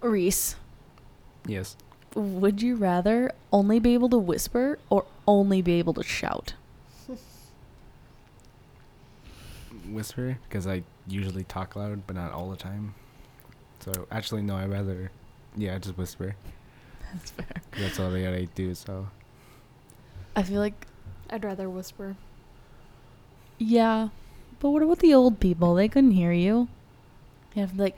Reese, Yes. would you rather only be able to whisper or only be able to shout? Whisper, because I usually talk loud, but not all the time. So actually, no, I rather, yeah, just whisper. That's fair. 'cause That's all that I do. So I feel like, I'd rather whisper. yeah, but what about the old people? They couldn't hear you. You have to be like,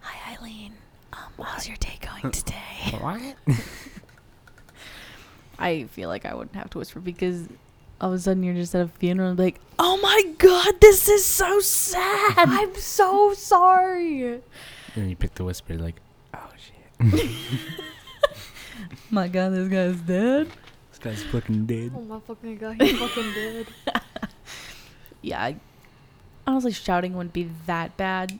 "Hi, Eileen. Um, how's your day going today?" what? I feel like I wouldn't have to whisper because all of a sudden you're just at a funeral and be like, "Oh my God, this is so sad. I'm so sorry. Then you pick the whisper, like, oh shit, my God, this guy's dead." this guy's fucking dead. Oh my fucking god, he fucking did. yeah, I, honestly, shouting wouldn't be that bad,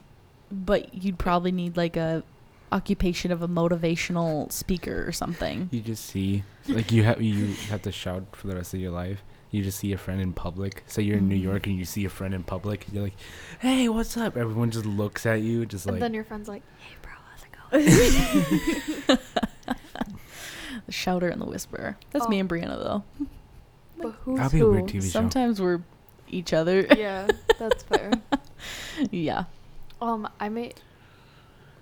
but you'd probably need like a occupation of a motivational speaker or something. You just see, like, you have you have to shout for the rest of your life. You just see a friend in public. Say you're in New Mhm. York and you see a friend in public. You're like, hey, what's up? Everyone just looks at you, just and like, then your friend's like, hey bro, how's it going? The shouter and the whisperer. That's me Oh. and Brianna though. but who's I'll be a who? weird TV show. Sometimes we're each other. Yeah, that's fair. yeah. Um, I made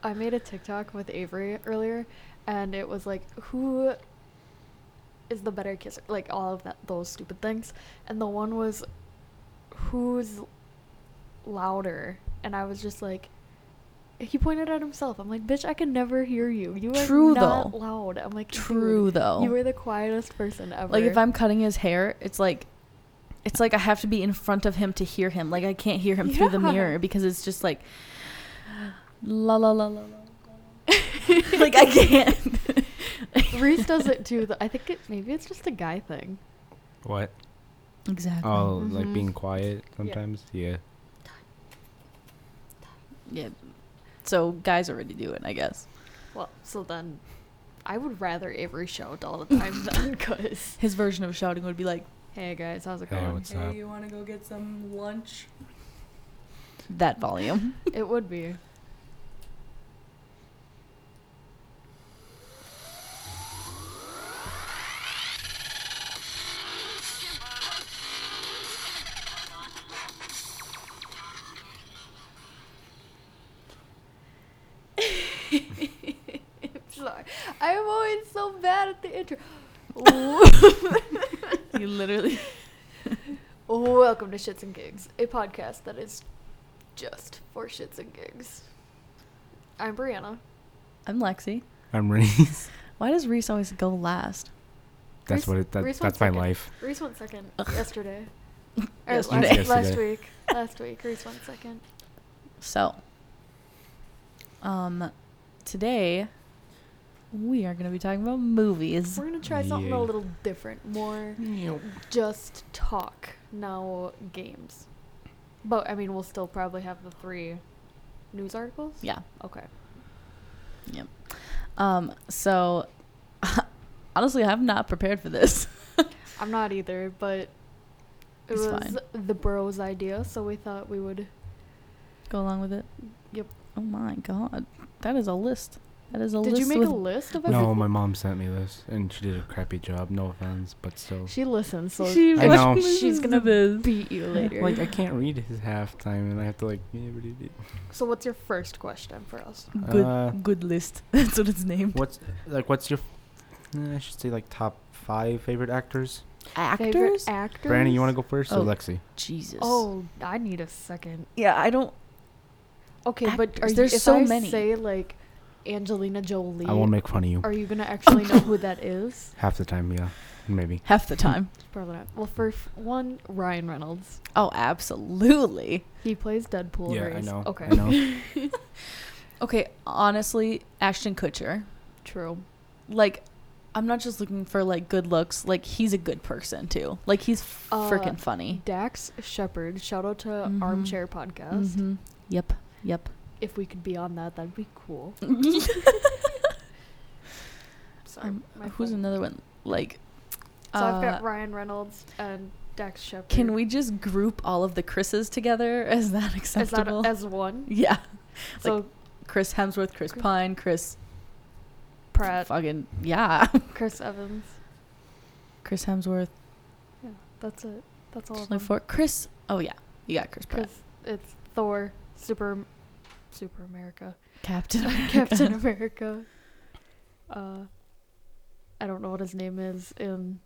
I made a TikTok with Avery earlier, and it was like, who is the better kisser? Like all of that, those stupid things. And the one was, who's louder? And I was just like, he pointed at himself. I'm like, bitch, I can never hear you. You are True, not though. loud. I'm like, "Dude, True though. You are the quietest person ever. like if I'm cutting his hair, it's like it's like I have to be in front of him to hear him. Like I can't hear him through the Yeah. mirror because it's just like la la la la la. la. like I can't. Reese does it too. Though. I think it maybe it's just a guy thing. what? Exactly. Oh, like Mhm. being quiet sometimes. Yeah. Yeah. So guys already do it, I guess. Well, so then I would rather Avery shout all the time than cuz. His version of shouting would be like Hey guys, how's it Hey, going? what's up? you want to go get some lunch? that volume. it would be. Sorry. I'm always so bad at the intro. you literally Welcome to Shits and Gigs, a podcast that is just for shits and gigs. I'm Brianna. I'm Lexi. I'm Reese. Why does Reese always go last? That's Reese- what it. That, Reese went that's my second. life. Reese went second yesterday. Or Yesterday. Last, last Yesterday. week. Last week, Reese went second. So um today we are going to be talking about movies. We're gonna try something Yeah. a little different, more just talk, no games. But I mean, we'll still probably have the three news articles. Yeah. Okay. Um so honestly, I'm not prepared for this. I'm not either, but it It's was the bros' idea, so we thought we would. Go along with it. Yep. Oh my god. That is a list. That is a Did list. you make with- a list of No, everything? my mom sent me this, and she did a crappy job. No offense, but still. She listens, so She I know. listens She's to gonna this. beat you later. Like I can't read his halftime, and I have to like. yeah, what do you do? so, what's your first question for us? good Uh, good list. That's what it's named. What's like? What's your? eh, I should say like top five favorite actors. Favorite actors? Brandy, you want to go first Oh. or Lexi? Jesus. Oh, I need a second. yeah, I don't Okay, but are Actors. you, There's if so I many. say like Angelina Jolie, I won't make fun of you are you gonna actually know who that is? half the time. Yeah, maybe. half the time. Probably not. Well, for f- one, Ryan Reynolds. Oh, absolutely. He plays Deadpool. yeah, I Reese. know. Okay, I know. Okay, honestly, Ashton Kutcher. true. Like, I'm not just looking for like good looks. Like, he's a good person too. Like, he's Uh, freaking funny. Dax Shepard. Shout out to Mhm. Armchair Podcast. Mhm. Yep. Yep. If we could be on that, that'd be cool. Sorry, Um, my who's phone. another one? Like, So I've uh, got Ryan Reynolds and Dax Shepard. can we just group all of the Chris's together? Is that as that acceptable? as one? yeah. So Chris Hemsworth, Chris Chris- Pine, Chris Pratt, Fucking yeah. Chris Evans. Chris Hemsworth. Yeah, that's it. That's all. Just Of like them. for Chris. Oh yeah, you got Chris Pratt. Chris, it's Thor, Super, Super America, Captain. America. Captain America. Uh, I don't know what his name is in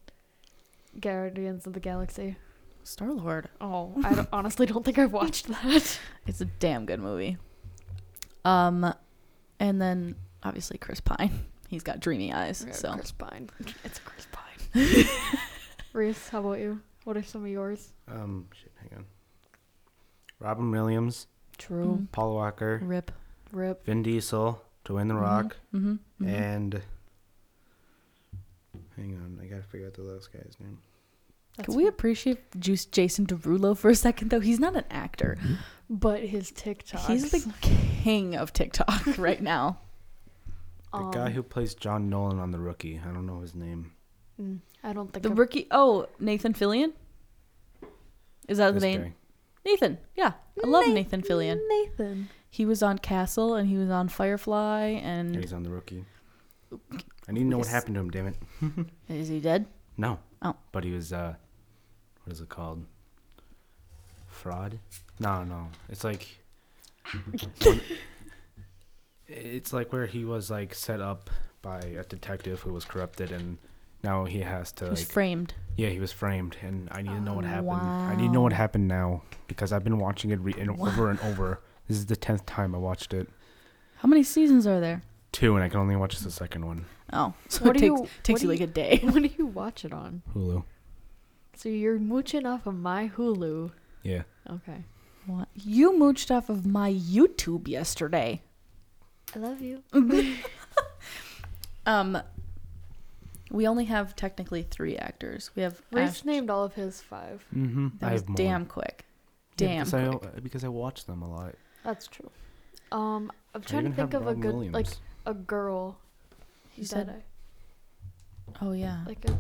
Guardians of the Galaxy. Star Lord. Oh, I don't- honestly don't think I've watched that. It's a damn good movie. Um, and then obviously Chris Pine. He's got dreamy eyes. so Chris Pine. It's Chris Pine. Reese, how about you? What are some of yours? Um, shit, hang on. Robin Williams, True. Paul Walker, rip. Mm, Rip. Vin Diesel, Dwayne the Rock, Mm-hmm. and hang on, I gotta figure out the last guy's name. That's Can we fine. appreciate Juice Jason Derulo for a second though? He's not an actor. But his TikToks. He's the king of TikTok right now. The Um, guy who plays John Nolan on The Rookie. I don't know his name. Mm, I don't think The I've- rookie. Oh, Nathan Fillion. Is that the This name? guy. Nathan. Yeah, I love Nathan Fillion. Mm, Nathan. He was on Castle and he was on Firefly Yeah, and He's on The Rookie. I need to know what Yes. happened to him. Damn it. is he dead? No. Oh. But he was uh what is it called? Fraud? No, no. It's like it's like where he was like set up by a detective who was corrupted and now he has to He like was framed. Yeah, he was framed and I need to know what Oh, happened. I need to know what wow. happened now because I've been watching it re- and Wow. over and over. This is the 10th time I watched it. How many seasons are there? Two and I can only watch the second one. Oh, so What it do takes you- takes what you do like a day. What do you watch it on? Hulu. So you're mooching off of my Hulu. Yeah. Okay. What? You mooched off of my YouTube yesterday. I love you. Um, we only have technically three actors. We have Reese Ash- named all of his five. Mm-hmm. That was damn quick. yeah, Damn. because quick. I, because I watch them a lot. That's true. Um, I'm I trying to even have think of a Robin good like Williams. a girl You that said- oh yeah. I, like a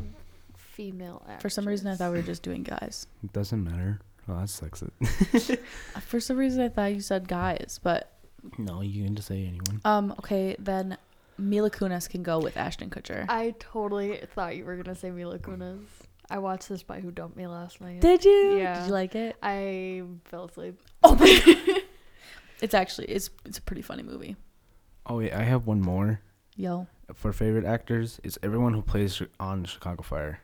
female actress. For some reason, I thought we were just doing guys. It doesn't matter. Oh, that sucks. It. For some reason, I thought you said guys, but No, you can just say anyone. um, okay, then Mila Kunis can go with Ashton Kutcher. I totally thought you were gonna say Mila Kunis. I watched this by Who Dumped Me last night. Did you? Yeah. Did you like it? I fell asleep. Oh my god. it's actually it's it's a pretty funny movie. Oh wait, I have one more Yo, for favorite actors. It's everyone who plays Chi- on Chicago Fire.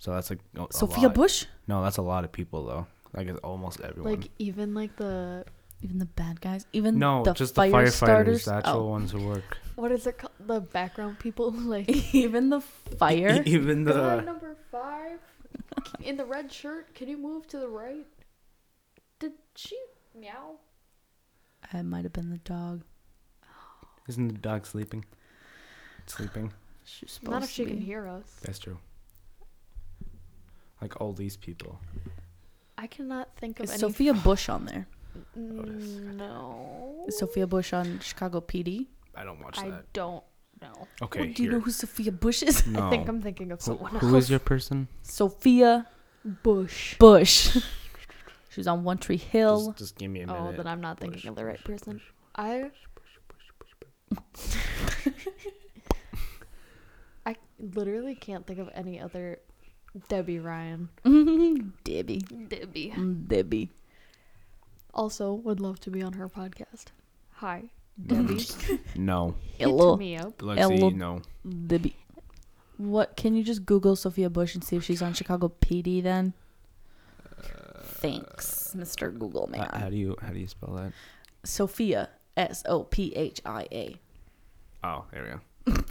So that's like a, a Sophia lot. Bush, No, that's a lot of people though. Like it's almost everyone. Like even like the even the bad guys, even no, the just the fire firefighters, starters. the actual Oh. ones who work. what is it called? The background people like even the fire. Even Guy the number five c- in the red shirt. Can you move to the right? Did she meow? I might have been the dog. isn't the dog sleeping? Sleeping. She's supposed Not if she to can be. hear us. That's true. Like all these people. I cannot think of Is any. Sophia Bush on there? Oh, Otis. No. Is Sophia Bush on Chicago PD? I don't watch I that. don't know. Okay. Well, do you know who Sophia Bush is? no. I think I'm thinking of Who- someone who else. is your person? Sophia Bush? Bush. she was on One Tree Hill. Just, just give me a minute. Oh, then I'm not thinking Bush, of the right person. I. I literally can't think of any other Debbie Ryan. Debbie. Debbie. Debbie. Also, would love to be on her podcast. Hi, Debbie. No. Hello. Hit me up. Lexi, Ella- no. Debbie. What? Can you just Google Sophia Bush and see if she's on Chicago PD then? Uh, Thanks, Mr. Google man. How, do you how do you spell that? Sophia. S O P H I A. Oh, there we go.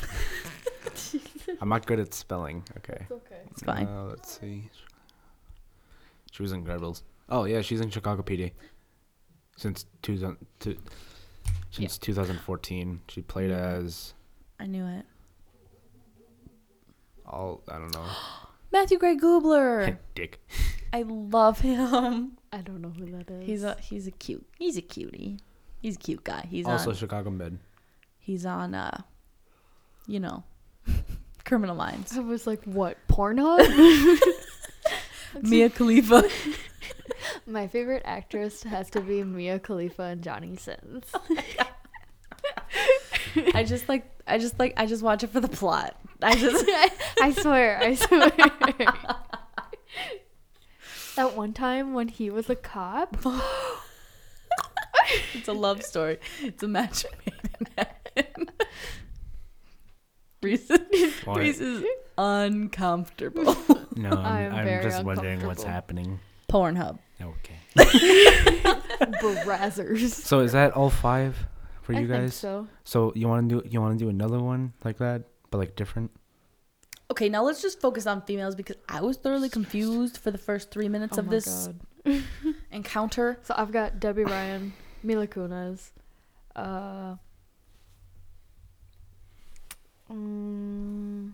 I'm not good at spelling. Okay. Okay. It's fine. Uh, let's see. She was in Goebbels. Oh yeah, she's in Chicago PD. Since two thousand two, since 2014, she played as I knew it. all I don't know. Matthew Gray Goobler. Dick. I love him. I don't know who that is. He's a he's a cute he's a cutie. He's a cute guy. He's also on Chicago Med. he's on uh you know criminal minds. I was like, what? Pornhub? Mia Khalifa. My favorite actress has to be Mia Khalifa and Johnny Sins. I just like I just like I just watch it for the plot. I just I swear, I swear. that one time when he was a cop, It's a love story. It's a match made in heaven. Reese, Boy. Reese is uncomfortable. No, I am I'm, I'm very just wondering what's uncomfortable. happening. Pornhub. Okay. brazzers. So is that all five for I you think guys? so. So you want to do you want to do another one like that, but like different? Okay, now let's just focus on females because I was thoroughly confused for the first three minutes Oh of my this God. encounter. So I've got Debbie Ryan, Mila Kunis, uh, mm,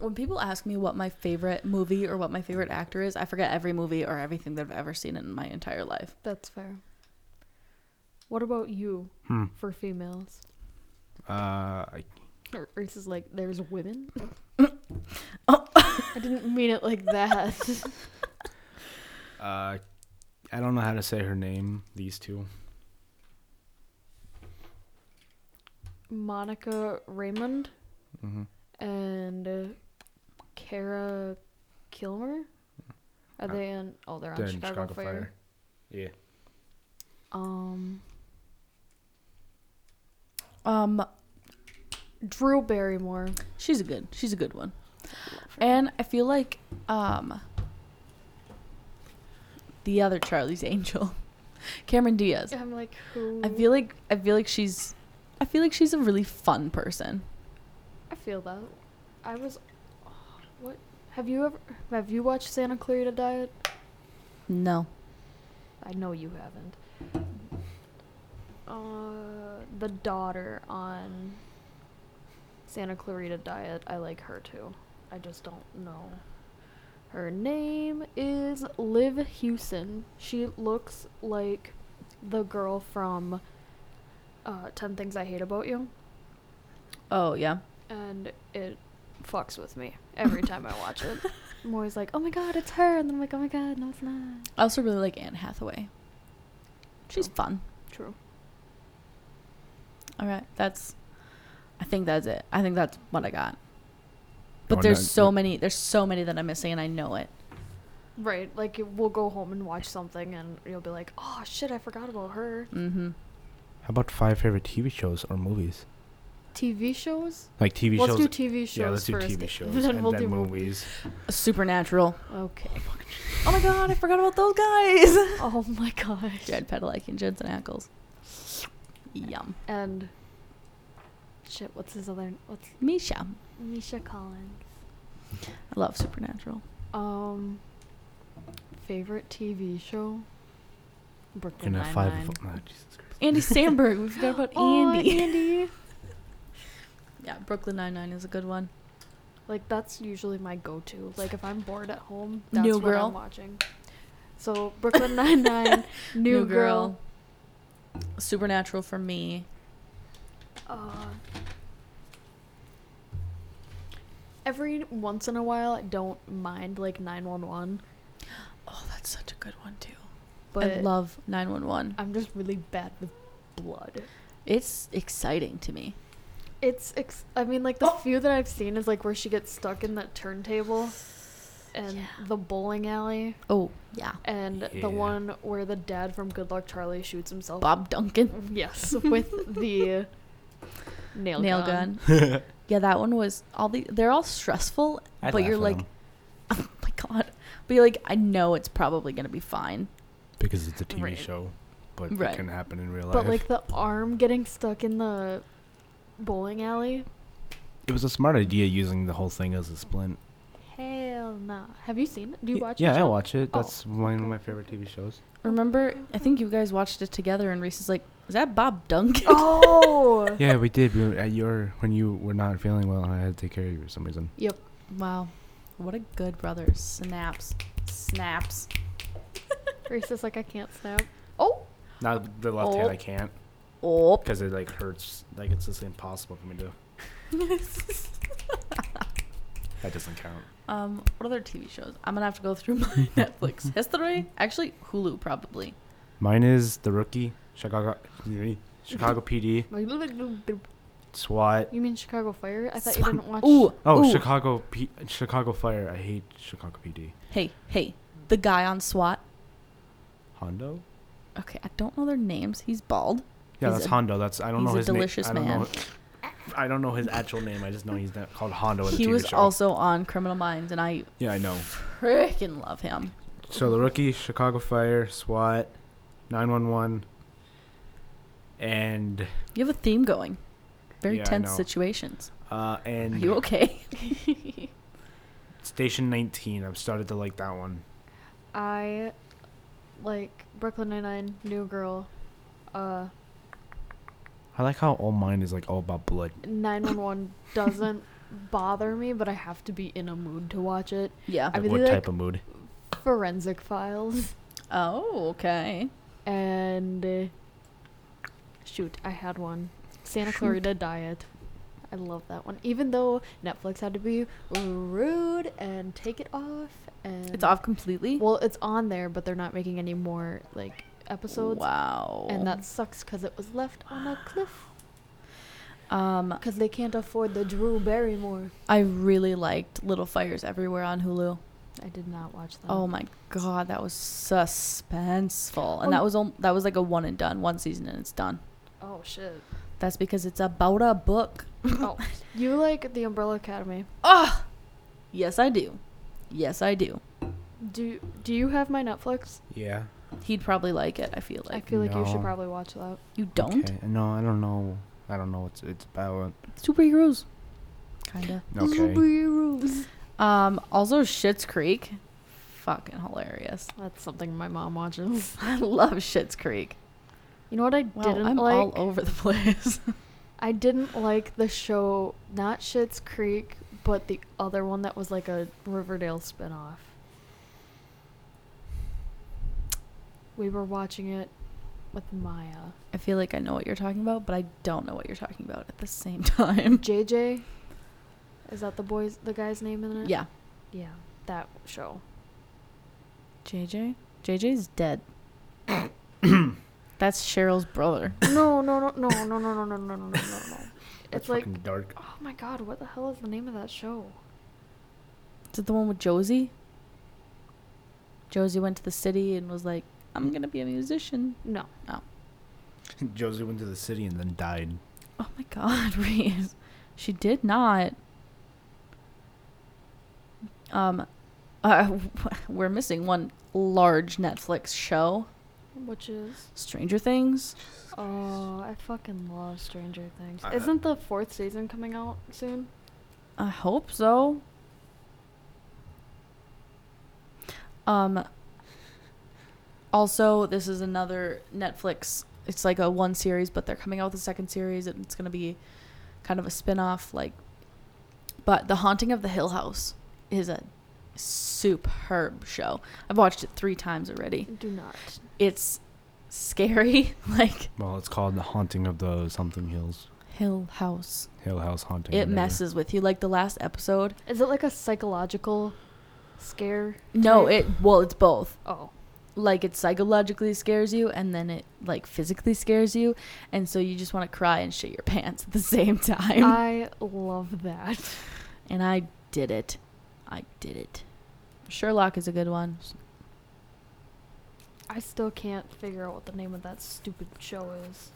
When people ask me what my favorite movie or what my favorite actor is, I forget every movie or everything that I've ever seen in my entire life. that's fair. What about you Hmm. for females? Uh, I, Or Reese is like, there's women. I didn't mean it like that. uh, I don't know how to say her name. These two. Monica Raymond Mm-hmm. and uh, Kara Kilmer. Are Uh, they in? Oh, they're on They're in Chicago, Chicago Fire. Fire. Yeah. Um, Um, Drew Barrymore. she's a good, she's a good one. And I feel like um the other Charlie's Angel, Cameron Diaz. I'm like, who? I feel like I feel like she's I feel like she's a really fun person. I feel that. I was. What? Have you ever? Have you watched Santa Clarita Diet? No. I know you haven't. Uh, the daughter on Santa Clarita Diet. I like her too. I just don't know. Her name is Liv Hewson. She looks like the girl from uh, Ten Things I Hate About You. Oh yeah. and it fucks with me every time I watch it. I'm always like, oh my god, it's her, and then I'm like, oh my god, no, it's not. I also really like Anne Hathaway. She's fun. True. All right, that's. I think that's it. I think that's what I got. You But wanna- there's so many. There's so many that I'm missing, and I know it. Right, like you- we'll go home and watch something, and you'll be like, oh shit, I forgot about her. Mm-hmm. How about five favorite TV shows or movies? TV shows. Like TV let's shows. do TV shows yeah, let's do first. TV shows then and we'll then do movies. movies. Supernatural. Okay. Oh my god, I forgot about those guys. Oh my gosh. Jared Padalecki and Jensen Ackles. Yum. And shit, what's his other? What's Misha. Misha Collins? I love Supernatural. Um, favorite TV show. And Brooklyn a Nine five. Nine. Oh, Jesus Christ. Andy Samberg. We forgot about Aw, Andy. Oh, Andy. Yeah, Brooklyn Nine Nine is a good one. Like that's usually my go-to. Like if I'm bored at home, that's New what Girl. I'm watching. So Brooklyn Nine Nine, New, Girl. Supernatural for me. Uh, every once in a while, I don't mind like Nine One One, Oh, that's such a good one too. but I love 911. I'm just really bad with blood. It's exciting to me. It's ex- I mean like the few that I've seen is like where she gets stuck in that turntable, Um, and the bowling alley, Oh, yeah. and Yeah. the one where the dad from Good Luck Charlie shoots himself Bob Duncan Yes, with the nail, nail gun. yeah, that one was all the they're all stressful, I'd but you're laugh at like, oh 'em my god. But you're like, I know it's probably gonna be fine. because it's a TV Right. show, but Right. it can happen in real life. But like the arm getting stuck in the bowling alley. it was a smart idea using the whole thing as a splint. Hell no. Have you seen it? Do you Y- watch yeah, it? I watch it. Oh, That's one of okay. my favorite TV shows. Remember, I think you guys watched it together, and Reese is like, "Is that Bob Duncan?" Oh. Yeah, we did. We were at your when you were not feeling well, and I had to take care of you for some reason. Yep. Wow, what a good brother! Snaps, snaps. Reese is like I can't snap. Oh. Not the left hand, I can't Oh, because it like hurts. Like it's just impossible for me to. That doesn't count. um, what other TV shows? I'm gonna have to go through my Netflix history. Actually, Hulu probably. Mine is the rookie Chicago. Chicago PD, You SWAT. mean Chicago Fire? I thought you Swan- didn't watch. Ooh, Oh, ooh. Chicago P- Chicago Fire. I hate Chicago PD. Hey, hey, the guy on SWAT. Hondo. Okay, I don't know their names. He's bald. Yeah, He's that's a- Hondo. That's I don't he's know a his name. delicious I don't man. Know, I don't know his actual name. I just know he's not- called Hondo in Oh, the He TV was show. also on Criminal Minds, and I yeah, I know. freaking love him. So the rookie, Chicago Fire, SWAT, nine one one, and You have a theme going. Very Yeah, I tense know. situations. uh and Are you okay? Station nineteen. I've started to like that one. I like Brooklyn Nine Nine, New Girl, uh, I like how all mine is like all about blood. Nine One One doesn't bother me, but I have to be in a mood to watch it. yeah. I Like, really what like- type of mood? Forensic Files Oh, okay. and uh, shoot, I had one. Santa Shoot. Clarita Diet. I love that one. Even though Netflix had to be rude and take it off, and It's off completely. Well, it's on there, but they're not making any more like episodes. wow. And that sucks because it was left on a cliff um, because they can't afford the Drew Barrymore. I really liked Little Fires Everywhere on Hulu. I did not watch that. Oh my god, that was suspenseful. And Oh. that was on, that was like a one and done, one season and it's done. oh shit! That's because it's about a book. oh, you like the Umbrella Academy? Ah, yes I do. Yes I do. Do Do you have my Netflix? Yeah. He'd probably like it. I feel I like feel like you should No. probably watch that. you Hmm? don't Okay. No, I don't know. I don't know what it's, it's about. superheroes, kinda. Okay. Superheroes. Um, also Shit's Creek, fucking hilarious. That's something my mom watches. I love Shit's Creek. You know what I Wow, didn't I'm like? all over the place. I didn't like the show, not Shit's Creek, but the other one that was like a Riverdale spinoff. We were watching it with Maya. I feel like I know what you're talking about, but I don't know what you're talking about at the same time. JJ, is that the boy's the guy's name in it? yeah, yeah, that show. JJ? JJ's dead. That's Cheryl's brother. No, no, no, no, no, no, no, no, no, no, no, no. no. That's It's like, fucking dark. oh my god, what the hell is the name of that show? Is it the one with Josie? Josie went to the city and was like, I'm gonna be a musician. No, Josie went to the city and then died. Oh my god, Reese. She did not. Um, uh, we're missing one large Netflix show which is Stranger Things. oh, I fucking love Stranger Things. I- Isn't the fourth season coming out soon? I hope so. Um also this is another Netflix it's like a one series but they're coming out with a second series and it's going to be kind of a spin-off like but The Haunting of the Hill House is a superb show. I've watched it 3 times already. Do not. It's scary like Well, it's called the haunting of the something hills. Hill House. Hill House haunting. It whatever. messes with you like the last episode. Is it like a psychological scare? No, it type? well it's both. Oh, like it psychologically scares you and then it like physically scares you and so you just want to cry and shit your pants at the same time I love that. and i did it i did it sherlock is a good one I still can't figure out what the name of that stupid show is.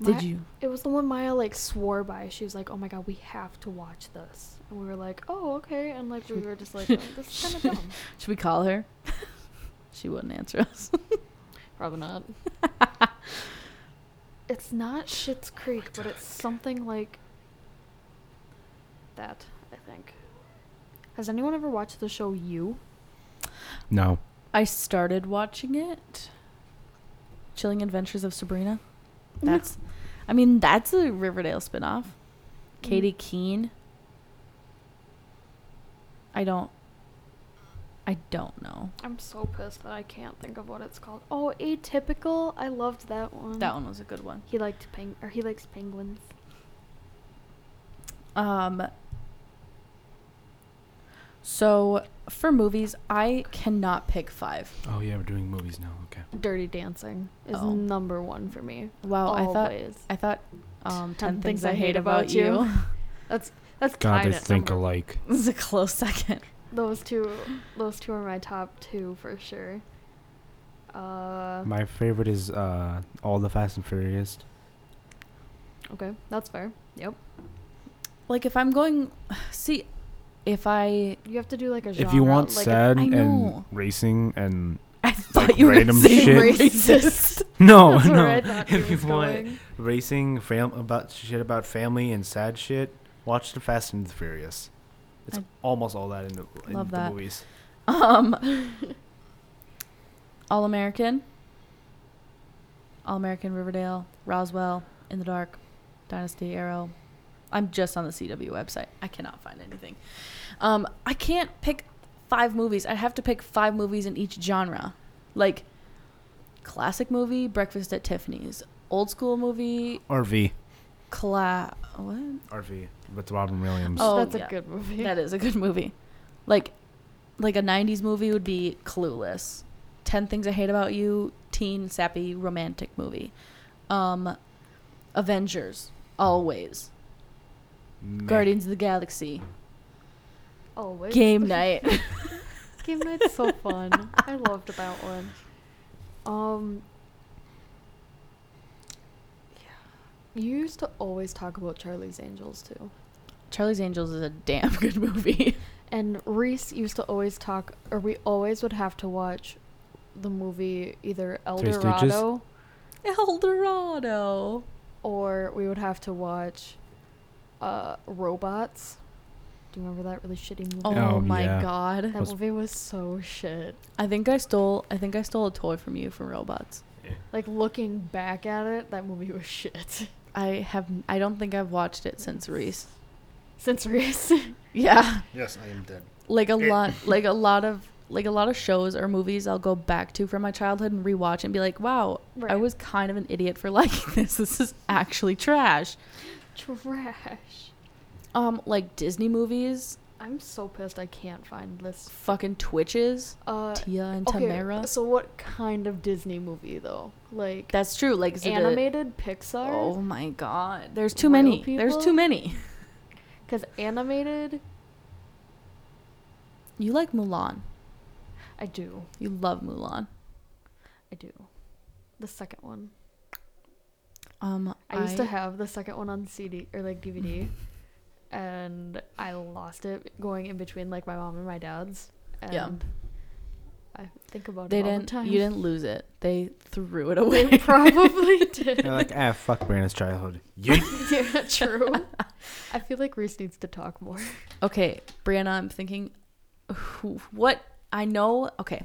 My- did you It was the one Maya like swore by. She was like, "Oh my god, we have to watch this," and we were like, "Oh, okay," and like we were just like, oh, "This is kind of dumb." should we call her she wouldn't answer us Probably not. it's not Shit's Creek, but it's something like that. I think. Has anyone ever watched the show You? No. i started watching it chilling adventures of sabrina that's i mean that's a riverdale spinoff Katie Keene. I don't. I don't know. I'm so pissed that I can't think of what it's called. Oh, Atypical. I loved that one. That one was a good one. He liked peng or he likes penguins. Um. So for movies, I cannot pick five. Oh yeah, we're doing movies now. Okay. Dirty Dancing is Oh. number one for me. Wow, I thought Always. I thought um, ten things, I hate about you. That's that's God, tied they at think number- alike. This is a close second. Those two, those two are my top two for sure. Uh, My favorite is uh, all the Fast and Furious. okay, that's fair. Yep, Like if I'm going, see, if I you have to do like a genre. if you want like a- sad I and know. racing and I thought Like you were random gonna say shit? racist. no, that's where I no. thought he If you was want going. racing, fam- about shit about family and sad shit, watch the Fast and the Furious. It's I almost all that in the, in love the that. movies. um, All American, All American, Riverdale, Roswell, In the Dark, Dynasty, Arrow. I'm just on the CW website. I cannot find anything. Um, I can't pick five movies. I have to pick five movies in each genre, like classic movie, Breakfast at Tiffany's, old school movie, RV, cla. What? RV with Robin Williams. Oh, that's yeah. a good movie. That is a good movie. Like like a 90s movie would be Clueless. 10 Things I Hate About You, teen sappy romantic movie. Um Avengers, always. Man. Guardians of the Galaxy, Always. Game Night. Game night's so fun. I loved that one. Um. yeah. You used to always talk about Charlie's Angels too. Charlie's Angels is a damn good movie. And Reese used to always talk, or we always would have to watch the movie either El Three Stooges? Dorado El Dorado. or we would have to watch uh, Robots. Do you remember that really shitty movie? Oh, Oh, my yeah. god. that was- movie was so shit. I think I stole I think I stole a toy from you from Robots. Like looking back at it, that movie was shit. I have I don't think I've watched it since Reese. Since Reese. Yeah. Yes, I am dead. like a lot like a lot of like a lot of shows or movies I'll go back to from my childhood and rewatch and be like, wow, I Right. was kind of an idiot for liking this. This is actually trash. Trash. Um, like Disney movies, I'm so pissed I can't find this. fucking Twitches, Uh, Tia and okay, Tamara. So what kind of Disney movie though? Like That's true. Like is it a- animated Pixar? oh my god, there's too Real many. There's too people? many. Because animated, You like Mulan. I do, You love Mulan. I do. The second one, Um, I, used to have the second one on CD or like DVD, and I lost it going in between like my mom and my dad's. And Yeah. I think about They it all the didn't. time. You didn't lose it. They threw it away. They probably did. They're like, ah, fuck Brandon's childhood. Yeet. yeah, true. I feel like Reese needs to talk more. Okay, Brianna, I'm thinking, who, what I know. Okay,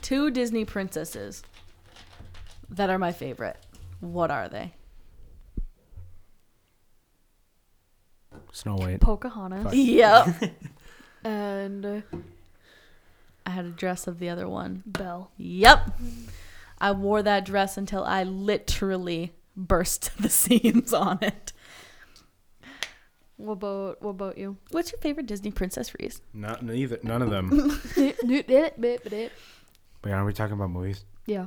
two Disney princesses that are my favorite. What are they? Snow White. Pocahontas Fuck. Yep. and I had a dress of the other one. Belle. Yep. I wore that dress until I literally burst the seams on it. What about what about you? What's your favorite Disney princess, Reese? Not neither. None of them. Wait, aren't we talking about movies? yeah.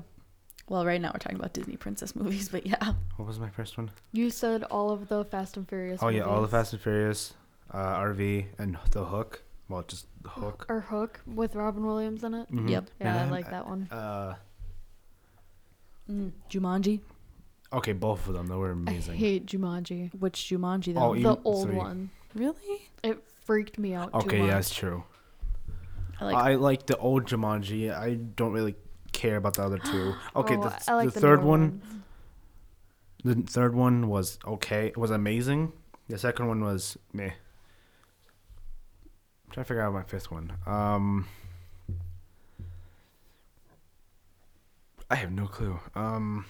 Well, right now we're talking about Disney princess movies, but yeah. What was my first one? You said all of the Fast and Furious. Oh yeah, all the movies. Fast and Furious, uh, RV, and The Hook. Well, just The Hook. Or Hook with Robin Williams in it. Mhm. Yep. Yeah, I Man, like that one. Uh, Mm, Jumanji. okay, both of them. They were amazing. I hate Jumanji. Which Jumanji, though? Oh, you- the old sorry. one. really? It freaked me out. okay, too much. yeah, it's true. I like I like the old Jumanji. I don't really care about the other two. Okay, Oh, the, I like the, third newer one. ones. The third one was okay. It was amazing. The second one was meh. I'm trying to figure out my fifth one. Um, I have no clue. Um,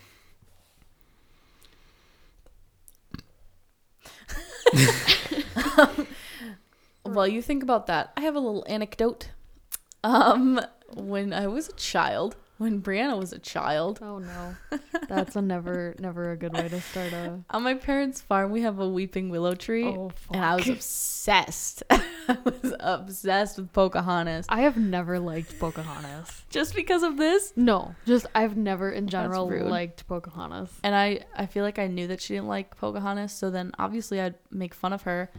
While Mm-hmm. you think about that, I have a little anecdote. Um, when I was a child, when Brianna was a child, Oh no, that's a never, never a good way to start a. on my parents' farm we have a weeping willow tree, Oh, and I was fuck. obsessed. I was obsessed with Pocahontas. I have never liked Pocahontas. Just because of this? No, just I've never in general rude. liked Pocahontas. And I, I feel like I knew that she didn't like Pocahontas, so then obviously I'd make fun of her.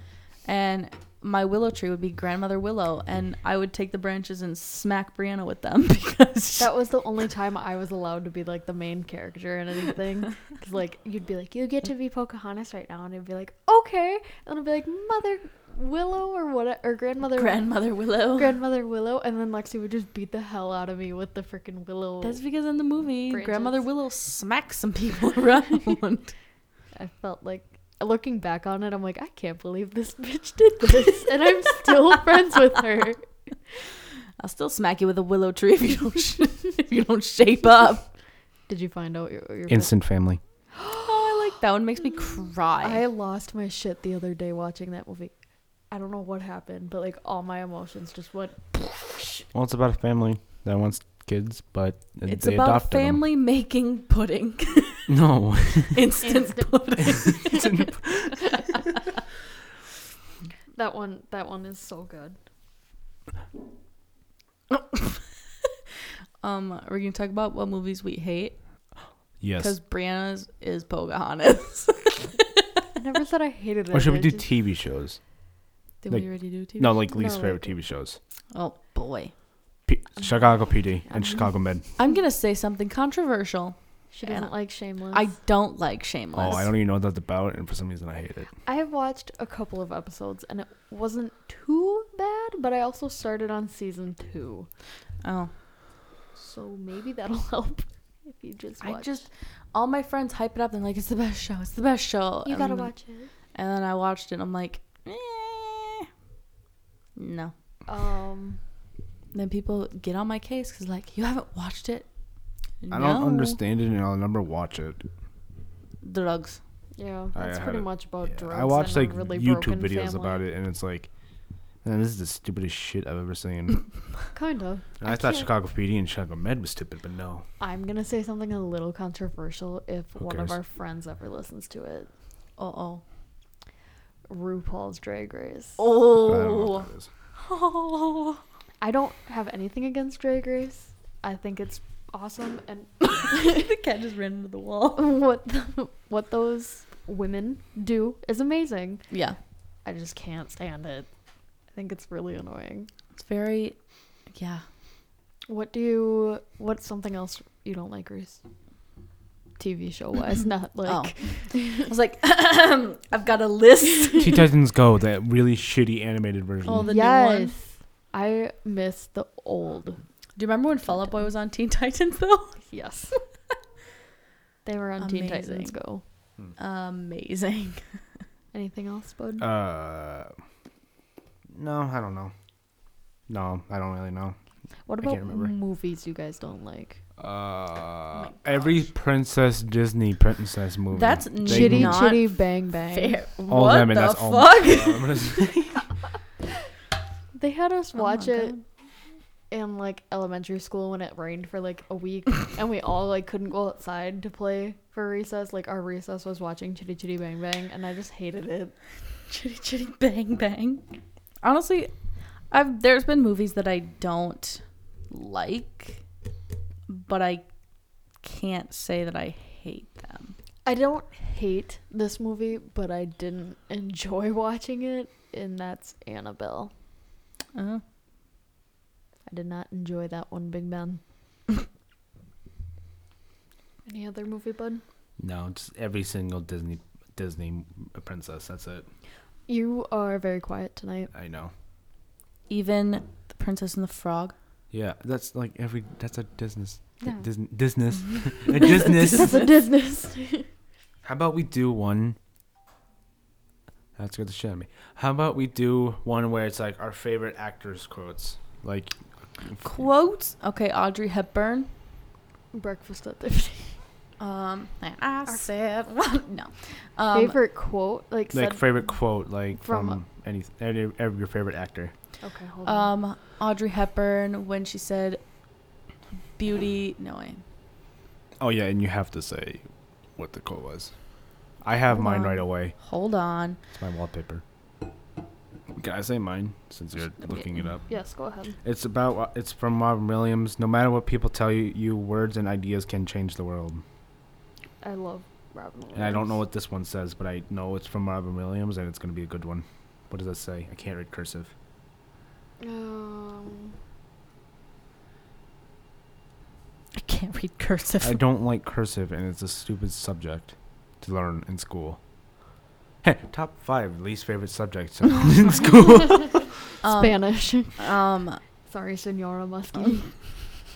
And my willow tree would be grandmother willow, and I would take the branches and smack Brianna with them because That was the only time I was allowed to be like the main character in anything. Cause like you'd be like, you get to be Pocahontas right now, and I'd be like, okay, and I'd be like, Mother Willow or what or grandmother grandmother Oh. willow. grandmother Willow, and then Lexi would just beat the hell out of me with the freaking Willow. That's because in the movie, Branches. grandmother willow smacks some people around. I felt like looking back on it, I'm like, I can't believe this bitch did this, and I'm still friends with her. I'll still smack you with a willow tree if you don't sh- if you don't shape up. Did you find out your, your Instant family. oh, I like that one. Makes me cry. I lost my shit the other day watching that movie. I don't know what happened, but like all my emotions just went. Well, it's about a family that wants kids, but it's they about adopted 'em. family making pudding, No, instant, Instant pudding. That one, that one is so good. Um, we're gonna talk about what movies we hate because yes. Brianna's is Pocahontas. I never said I hated it. Or should we I do just- TV shows? Did Like- we already do TV? No, like No, least like- favorite TV shows. Oh boy, P- Chicago PD Um, and Chicago Med. I'm gonna say something controversial. she doesn't Anna. like Shameless. I don't like Oh, Shameless. I don't even know what that's about, and for some reason I hate it. I have watched a couple of episodes and it wasn't too bad, but I also started on season two, Oh, so maybe that'll help if you just I watch. just- all my friends hype it up and like it's the best show. It's the best show. you and gotta Um, then- watch it. And then I watched it. and I'm like, eh, no. Um, Then people get on my case because like you haven't watched it. I don't No. understand it, and I'll never watch it. drugs. yeah, I that's had pretty it- much about Yeah, Oh, drugs. I watched and like a really YouTube broken videos family. about it, and it's like, man, this is the stupidest shit I've ever seen. Kind of. And I, thought can't- Chicago PD and Chicago Med was stupid, but no. I'm gonna say something a little controversial if one cares? of our friends ever listens to it. Uh oh. RuPaul's Drag Race. I don't know Oh. what that is. Oh. I don't have anything against Drag Race. I think it's awesome and the cat just ran into the wall. what the, what those women do is amazing. Yeah. I just can't stand it. I think it's really annoying. It's very. Yeah. What do you what's something else you don't like, Reese? TV show wise, not Oh, like I was like, I've got a list. Teen Titans Go, that really shitty animated version. Oh, the new one. Yes. I miss the old. Do you remember when Fall Out Boy was on Teen Titans though? Yes. they were on Teen Titans Amazing. Go. Amazing. Anything else, bud? Uh, no, I don't know. No, I don't really know. what I can't about remember. movies you guys don't like? Oh Uh, every princess Disney princess movie. That's They- Chitty Chitty not Chitty Bang Bang. Fair. all what them, the and that's all. fuck? I'm gonna say- They had us Oh my watch it God. in like elementary school when it rained for like a week and we all like couldn't go outside to play for recess. Like our recess was watching Chitty Chitty Bang Bang and I just hated it. Chitty chitty bang bang. Honestly, I've there's been movies that I don't like, but I can't say that I hate them. I don't hate this movie, but I didn't enjoy watching it, and that's Annabelle. Uh, I did not enjoy that one, Big Ben. Any other movie, bud? no, just every single Disney Disney princess. That's it. You are very quiet tonight. I know. even The Princess and the Frog. Yeah, that's like every. That's a Disney. Yeah. Disney. Disney. a Disney. That's a business. How about we do one? That scared the shit out of me. How about we do one where it's like our favorite actors' quotes? Like, Quotes. Okay, Audrey Hepburn. Breakfast at Tiffany's. Um, and I said no. Um, favorite quote, like, like said. favorite quote, like From from, any, any, every your favorite actor. okay, hold on. Um, Audrey Hepburn when she said, "Beauty." No, I. Oh yeah, and you have to say what the quote was. I have Hold mine on. right away. Hold on. It's my wallpaper. Can I say mine since you're Okay. looking it up? Yes, go ahead. It's about uh, it's from Robin Williams. No matter what people tell you, you words and ideas can change the world. I love Robin Williams. And I don't know what this one says, but I know it's from Robin Williams, and it's gonna be a good one. What does that say? I can't read cursive. Um, I can't read cursive. I don't like cursive, and it's a stupid subject to learn in school. Top five least favorite subjects in school. um, Spanish. um, Sorry, Senora Muskie.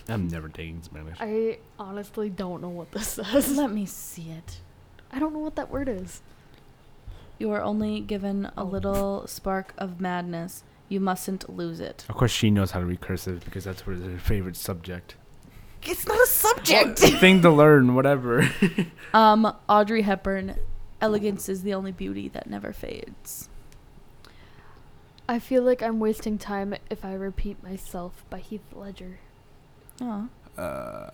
I'm never taking Spanish. I honestly don't know what this says. let me see it. I don't know what that word is. You are only given a Oh. little spark of madness. You mustn't lose it. Of course, she knows how to read cursive because that's what is her favorite subject. It's not a subject. Thing to learn, whatever. Um, Audrey Hepburn, elegance is the only beauty that never fades. I feel like I'm wasting time if I repeat myself by Heath Ledger. Oh, Uh,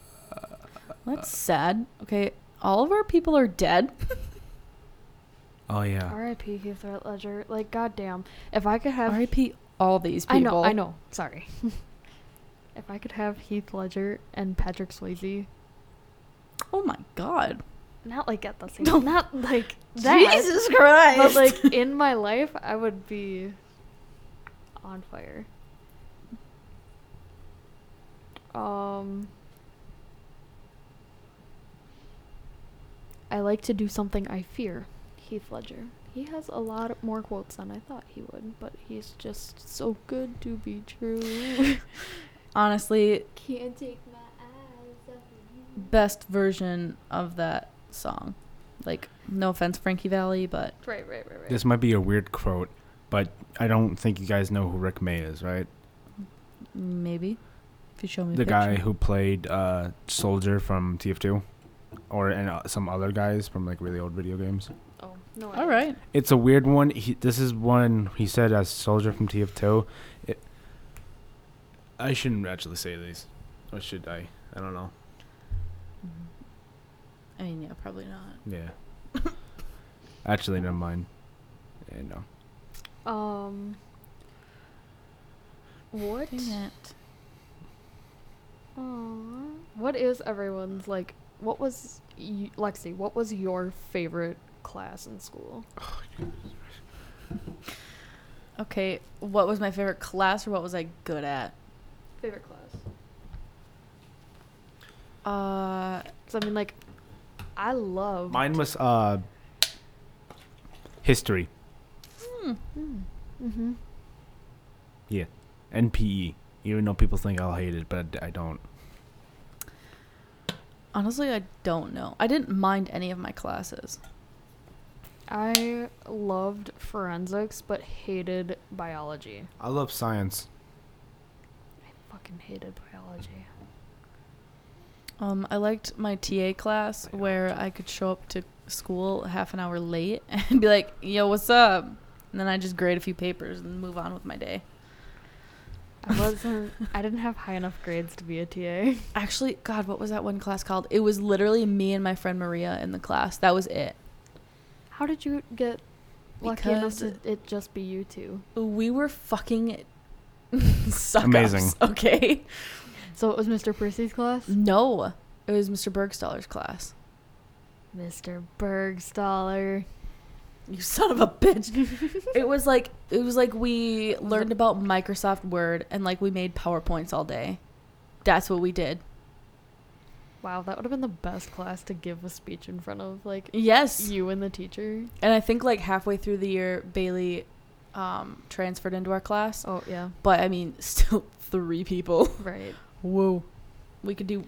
that's sad. Okay, all of our people are dead. oh yeah. R.I.P. Heath Ledger. Like, goddamn. If I could have. R.I.P. All these people. I know, I know. Sorry. if I could have Heath Ledger and Patrick Swayze, Oh my God. not like at the same time, not like that, Jesus Christ. but like in my life, I would be on fire. Um, I like to do something I fear. Heath Ledger. He has a lot more quotes than I thought he would, but he's just so good to be true. honestly, Can't take my eyes off of you. best version of that song. Like, no offense, Frankie Valley, but right, right, right, right. This might be a weird quote, but I don't think you guys know who Rick May is, right? maybe if you show me a The guy picture. who played uh, Soldier from TF2, or and uh, some other guys from like really old video games. Oh no! All right. It's a weird one. He, this is one he said as Soldier from TF2. It, I shouldn't actually say these, or should I? I don't know. Mm-hmm. I mean, yeah, probably not. Yeah. Actually, never mind. Yeah, no. Um. What? Dang it. Aw. What is everyone's like? What was y- Lexi? What was your favorite class in school? Okay, what was my favorite class or what was I good at? Favorite class? Uh, Because I mean, like, I love Mine was uh, history Mm-hmm. and PE. E, Even though people think I'll hate it, but I d- I don't. honestly, I don't know. I didn't mind any of my classes. I loved forensics, but hated biology. I love science. I fucking hated biology. Um, I liked my TA class Yeah. where I could show up to school half an hour late and be like, "Yo, what's up?" And then I just grade a few papers and move on with my day. I wasn't. I didn't have high enough grades to be a TA. Actually, God, what was that one class called? It was literally me and my friend Maria in the class. That was it. How did you get lucky enough Because- to it just be you two? We were fucking suck Amazing. ups, okay. So it was Mr. Percy's class? No, it was Mr. Bergstaller's class. Mr. Bergstaller. You son of a bitch. it was like it was like we learned about Microsoft Word and like we made PowerPoints all day. That's what we did. Wow, that would have been the best class to give a speech in front of, like, Yes. you and the teacher. And I think like halfway through the year Bailey um transferred into our class. Oh, yeah. But I mean still three people. Right. Whoa. We could do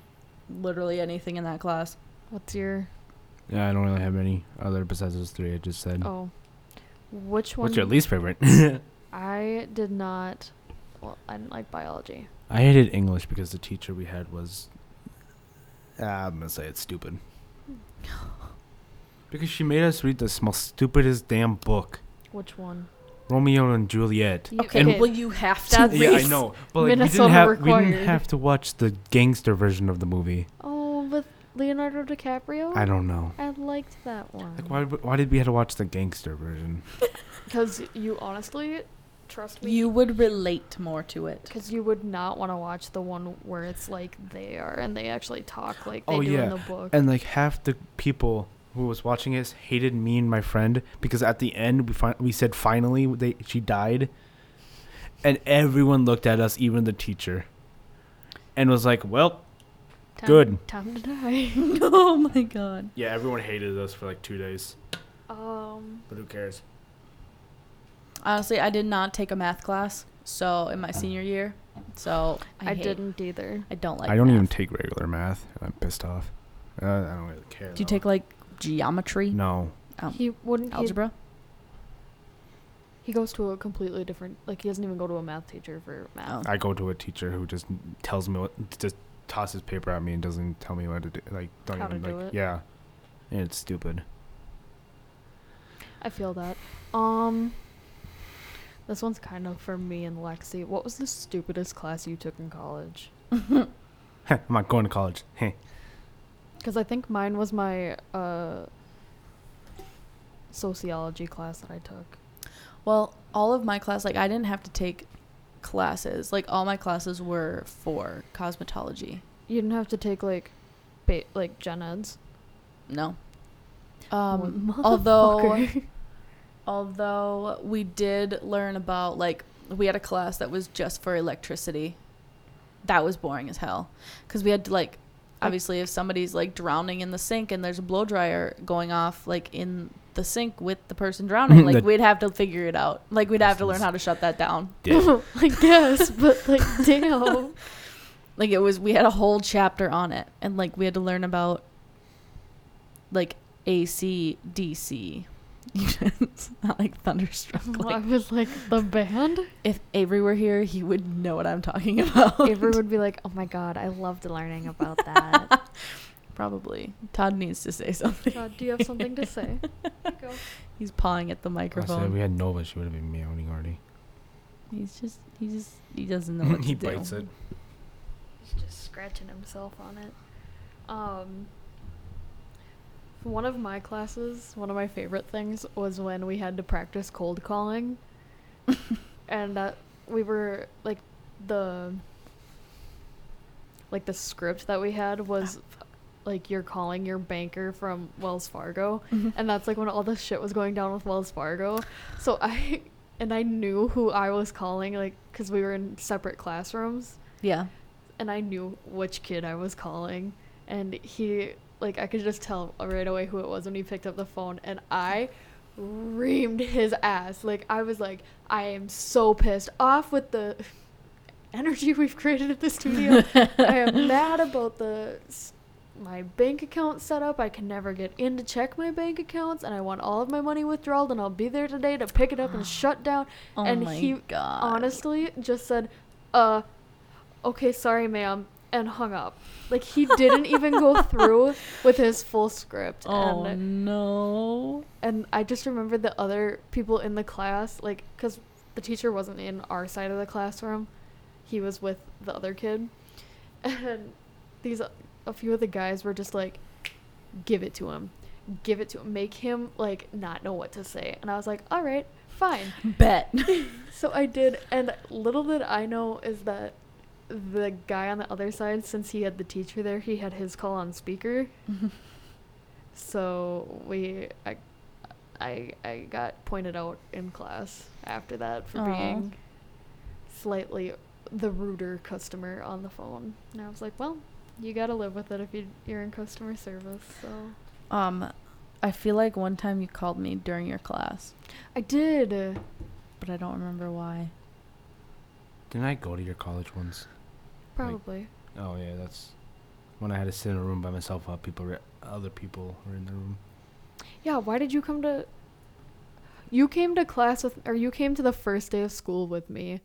literally anything in that class. What's your. Yeah, I don't really have any other besides those three I just said. Oh. Which one? What's your least favorite? I did not. Well, I didn't like biology. I hated English because the teacher we had was. Ah, I'm gonna say it's stupid. because she made us read the most stupidest damn book, Which one? Romeo and Juliet. You- Okay. And- well you have to That's- Yeah, I least know, but like, we didn't Minnesota have we required. didn't have to watch the gangster version of the movie. Oh, with Leonardo DiCaprio? I don't know. I liked that one. Like, why why did we have to watch the gangster version? Because you honestly Trust me. You would relate more to it. Because you would not want to watch the one where it's like they are and they actually talk like they Oh, do yeah. in the book. And like half the people who was watching it hated me and my friend because at the end we fin- we said finally they she died, and everyone looked at us, even the teacher, and was like, "Well, Time- good." Time to die. oh my god. yeah." Everyone hated us for like two days, Um, but who cares? Honestly, I did not take a math class. So in my senior year, so I, I, hate- didn't either. I don't like. I don't even math. take regular math. and I'm pissed off. Uh, I don't really care. Do you though. take like geometry, No. Um, He wouldn't. he- algebra? He goes to a completely different. Like he doesn't even go to a math teacher for Oh. math. I go to a teacher who just tells me what just tosses paper at me and doesn't tell me what to do. Like don't How to even do like it. yeah. And it's stupid. I feel that. Um, this one's kind of for me and Lexi. What was the stupidest class you took in college? I'm not going to college. Heh. Because I think mine was my uh sociology class that I took. Well, all of my class, like I didn't have to take classes. Like all my classes were for cosmetology. You didn't have to take like, ba- like gen eds. No. Um, Well, although motherfucker. although we did learn about like we had a class that was just for electricity. That was boring as hell because we had to like obviously if somebody's like drowning in the sink and there's a blow dryer going off like in the sink with the person drowning like The- we'd have to figure it out like we'd have to learn Person's- how to shut that down I guess, but like, damn. like it was we had a whole chapter on it and like we had to learn about like AC DC units not like thunderstruck I like was like the band. if Avery were here he would know what I'm talking about Avery would be like, "Oh my god, I loved learning about that." probably Todd needs to say something Todd, do you have something to say? Go. he's pawing at the said microphone we had Nova, she would have been meowing already. he's just he just he doesn't know what he to do. bites it. He's just scratching himself on it. Um, one of my classes, one of my favorite things was when we had to practice cold calling, and that we were like the like the script that we had was like you're calling your banker from Wells Fargo, Mhm. and that's like when all this shit was going down with Wells Fargo. So I and I knew who I was calling, like because we were in separate classrooms yeah and I knew which kid I was calling, and he like I could just tell right away who it was when he picked up the phone, and I reamed his ass. Like I was like, I am so pissed off with the energy we've created at the studio. I am mad about the s- my bank account setup. I can never get in to check my bank accounts, and I want all of my money withdrawn. And I'll be there today to pick it up and shut down. oh and my he god honestly just said, uh, okay, sorry, ma'am, and hung up. Like, he didn't even go through with his full script. oh And, no and I just remember the other people in the class, like, because the teacher wasn't in our side of the classroom, he was with the other kid. And these, a few of the guys were just like, give it to him. Give it to him. Make him, like, not know what to say. And I was like, all right, fine. bet So I did, and little did I know is that the guy on the other side, since he had the teacher there, he had his call on speaker. so we, I, I, I got pointed out in class after that for Aw. being slightly the ruder customer on the phone, and I was like, well, you gotta live with it if you you're in customer service. So um I feel like one time you called me during your class I did. but I don't remember why. Didn't I go to your college once? Probably. Oh yeah, that's when I had to sit in a room by myself while people were, other people were in the room. Yeah, why did you come to You came to class with or you came to the first day of school with me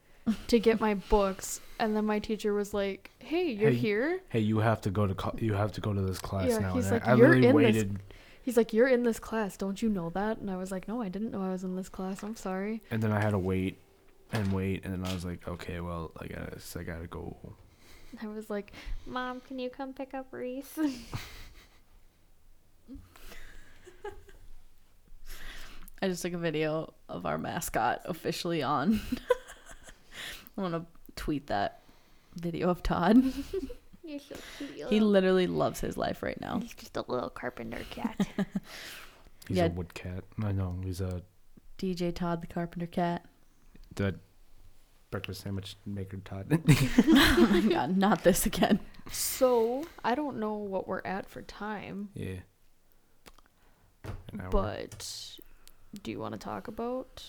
to get my books and then my teacher was like, "Hey, you're Hey. here?" Hey, you have to go to co- you have to go to this class Yeah, now. he's and I- like, I, "You're literally in this waited He's like, "You're in this class. Don't you know that?" And I was like, "No, I didn't know I was in this class. I'm sorry." and then I had to wait and wait and then I was like, okay, well, I guess I gotta go. I was like, Mom, can you come pick up Reese? I I just took a video of our mascot officially on. I want to tweet that video of Todd. You're so cute. you He little- literally loves his life right now. He's just a little carpenter cat. He's Yeah. a wood cat. I know. He's a DJ Todd the Carpenter Cat. the breakfast sandwich maker Todd. Oh my god, not this again. So I don't know what we're at for time, yeah. An hour. but do you want to talk about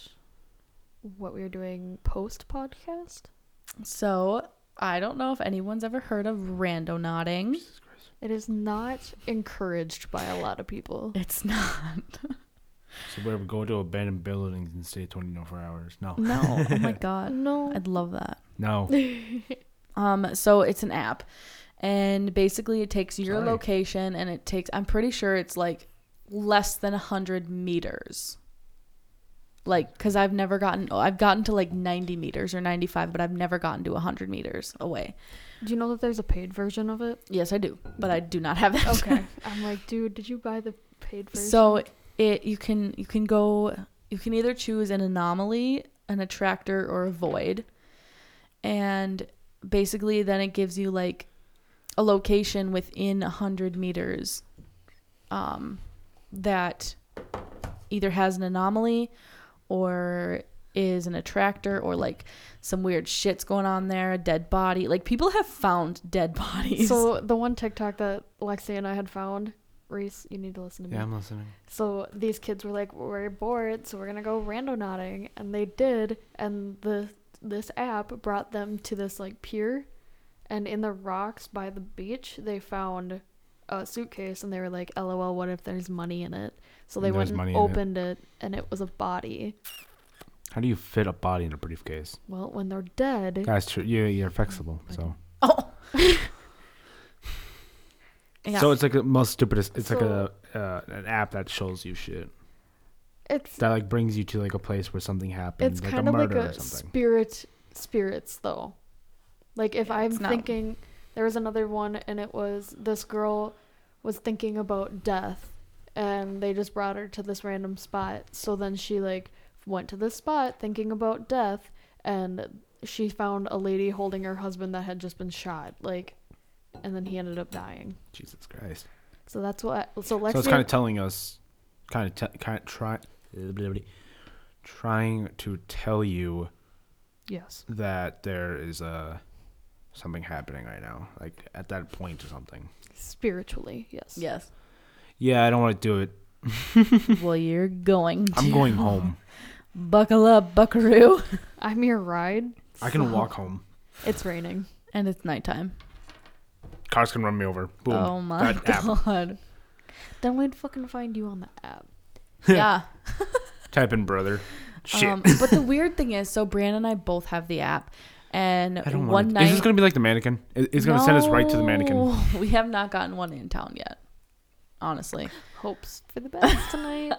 what we are doing post podcast? So I don't know if anyone's ever heard of randonauting. Jesus Christ. It is not encouraged by a lot of people. It's not. So where we go to abandoned buildings and stay 24 hours. No. No. Oh my god. No, I'd love that. No. Um, so it's an app, and basically it takes your Sorry. location and it takes. I'm pretty sure it's like less than hundred meters. Like, cause I've never gotten. oh, I've gotten to like 90 meters or 95, but I've never gotten to 100 meters away. do you know that there's a paid version of it? Yes, I do, but I do not have that. Okay, I'm like, dude, did you buy the paid version? so it you can you can go you can either choose an anomaly an attractor or a void and basically then it gives you like a location within 100 meters um, that either has an anomaly or is an attractor or like some weird shit's going on there a dead body like people have found dead bodies So the one TikTok that Lexi and I had found, Reese, you need to listen to me. Yeah, I'm listening. So these kids were like, we're bored, so we're gonna go randonauting, and they did, and the this app brought them to this like pier, and in the rocks by the beach they found a suitcase, and they were like, lol, what if there's money in it? So they There's went and money in it. opened it. and it was a body. How do you fit a body in a briefcase? Well, when they're dead, That's true. You you're flexible. So oh Yeah. so it's like the most stupidest. It's So- like a uh, an app that shows you shit it's that like brings you to like a place where something happened, it's like a kind of like murder a or something. spirit spirits though like if Yeah, i'm it's not- thinking there was another one and it was this girl was thinking about death and they just brought her to this random spot so then she like went to this spot thinking about death and she found a lady holding her husband that had just been shot like and then he ended up dying Jesus Christ. so that's what so Lexi so it's kind of telling us, kind of te- kind of try, trying to tell you yes that there is a something happening right now, like at that point or something. spiritually yes yes Yeah, I don't want to do it. well you're going to I'm going home. Buckle up, buckaroo. i'm your ride I can walk home. it's raining And it's nighttime. Cars can run me over. Boom. oh my That app. god. Then we'd fucking find you on the app. yeah. Type in brother. Shit. Um, but the weird thing is, so Brandon and I both have the app, and I don't one want. night Is this gonna be like the mannequin? It- It's gonna send us right to the mannequin. No, We have not gotten one in town yet, honestly. Hopes for the best tonight.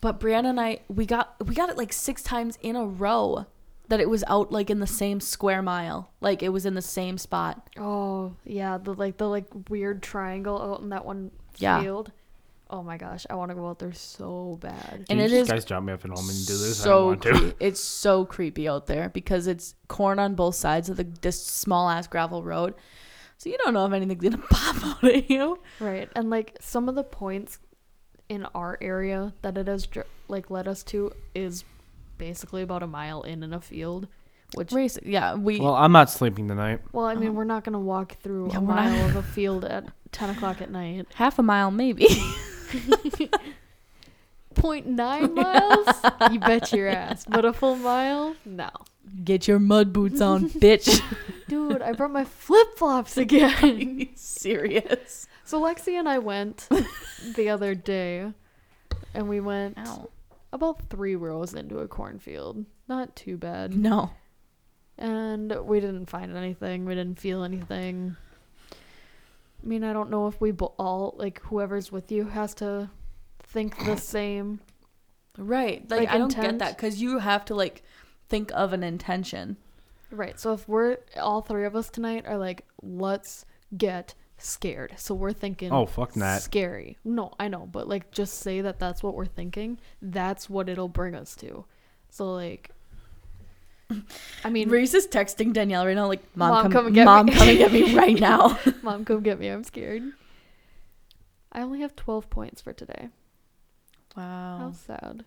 But Brianna and I, we got we got it like six times in a row that it was out like in the same square mile, like it was in the same spot. oh yeah, the like the like weird triangle out in that one Yeah. field. Oh my gosh, I want to go out there so bad. And Can you it just is Guys, drop me off at home and do this. I don't so want to. cre- it's so creepy out there because it's corn on both sides of the this small ass gravel road. So you don't know if anything's gonna pop out at you. Right, and like some of the points in our area that it has dr- like led us to is basically about a mile in in a field. Which Race, yeah, we Well, I'm not sleeping tonight. well, I mean, Um, we're not gonna walk through yeah, a we're not- mile of a field at ten o'clock at night. half a mile maybe. Point nine miles? you bet your ass. But a full mile? No. Get your mud boots on, bitch. Dude, I brought my flip flops again. Serious. so Lexi and I went the other day, and we went about three rows into a cornfield. Not too bad. No. And we didn't find anything. We didn't feel anything. I mean, I don't know if we bo- all like whoever's with you has to think the same. Right. Like, Like, I don't get intent? that because you have to like think of an intention. Right. So if we're all three of us tonight are like, let's get scared. So we're thinking Oh, fuck that. Scary. No, I know, but like just say that that's what we're thinking. That's what it'll bring us to. So like I mean, Reese is texting Danielle right now, like, Mom, Mom, come, come and get Mom, me." come and get me right now. mom come get me. I'm scared. I only have 12 points for today. How Wow. sad.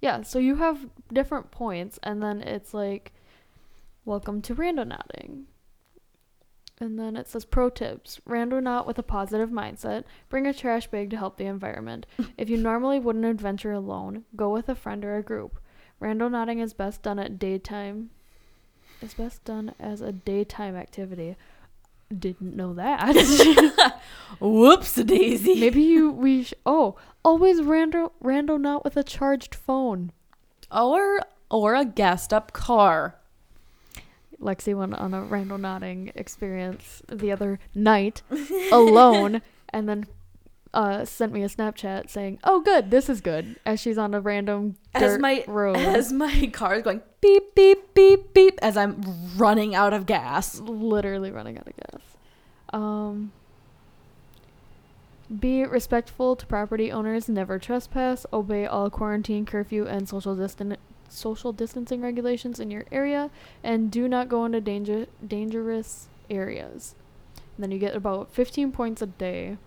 Yeah, so you have different points, and then it's like, welcome to randonauting. And then it says pro tips randonaut with a positive mindset. Bring a trash bag to help the environment. if you normally wouldn't adventure alone, go with a friend or a group. Randonauting is best done at daytime. Is best done as a daytime activity. Didn't know that. Whoops daisy. Maybe you we sh- oh always rando rando not with a charged phone. Or or a gassed up car. Lexi went on a rando nodding experience the other night alone, and then uh, sent me a Snapchat saying, "Oh, good, this is good." As she's on a random As dirt my road, as my car is going beep beep beep beep as I'm running out of gas. literally running out of gas. Um, be respectful to property owners. Never trespass. Obey all quarantine, curfew, and social distan- social distancing regulations in your area, and do not go into danger dangerous areas. And then you get about 15 points a day.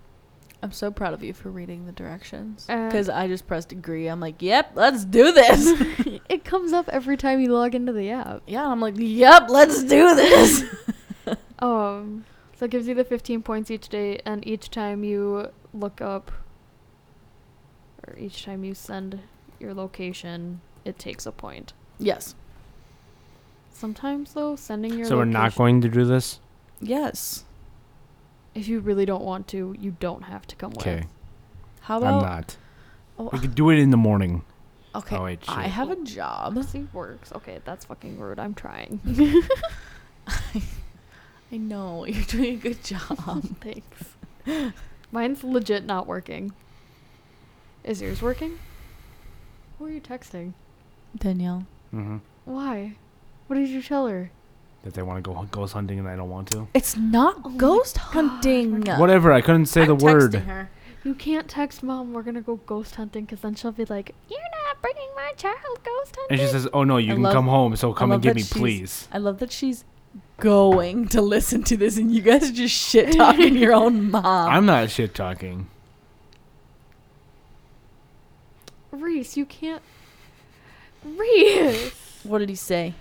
I'm so proud of you for reading the directions And- because I just pressed agree. I'm like, yep, let's do this. it comes up every time you log into the app. yeah, I'm like, yep, let's do this. Um, so it gives you the 15 points each day, and each time you look up, or each time you send your location, it takes a point. yes, Sometimes, though, sending your So we're not location- going to do this. yes. If you really don't want to, you don't have to come Okay, with. How I'm about not. Oh, We could do it in the morning. okay? Oh wait, shit. I have a job. Obviously works. Okay, that's fucking rude. I'm trying. I know you're doing a good job. Thanks. Mine's legit not working. Is yours working? Who are you texting? Danielle, hmm Why? What did you tell her? That they want to go ghost hunting and I don't want to. it's not my ghost God, hunting. we're- Whatever. I couldn't say I'm the word. texting her. You can't text mom. We're gonna go ghost hunting because then she'll be like, You're not bringing my child ghost And hunting. she says, "Oh no, you I can love- come home. So come love and get that me, she's- please." I love that she's going to listen to this and you guys are just shit talking your own mom. I'm not shit talking. "Reese, you can't." Reese. what did he say?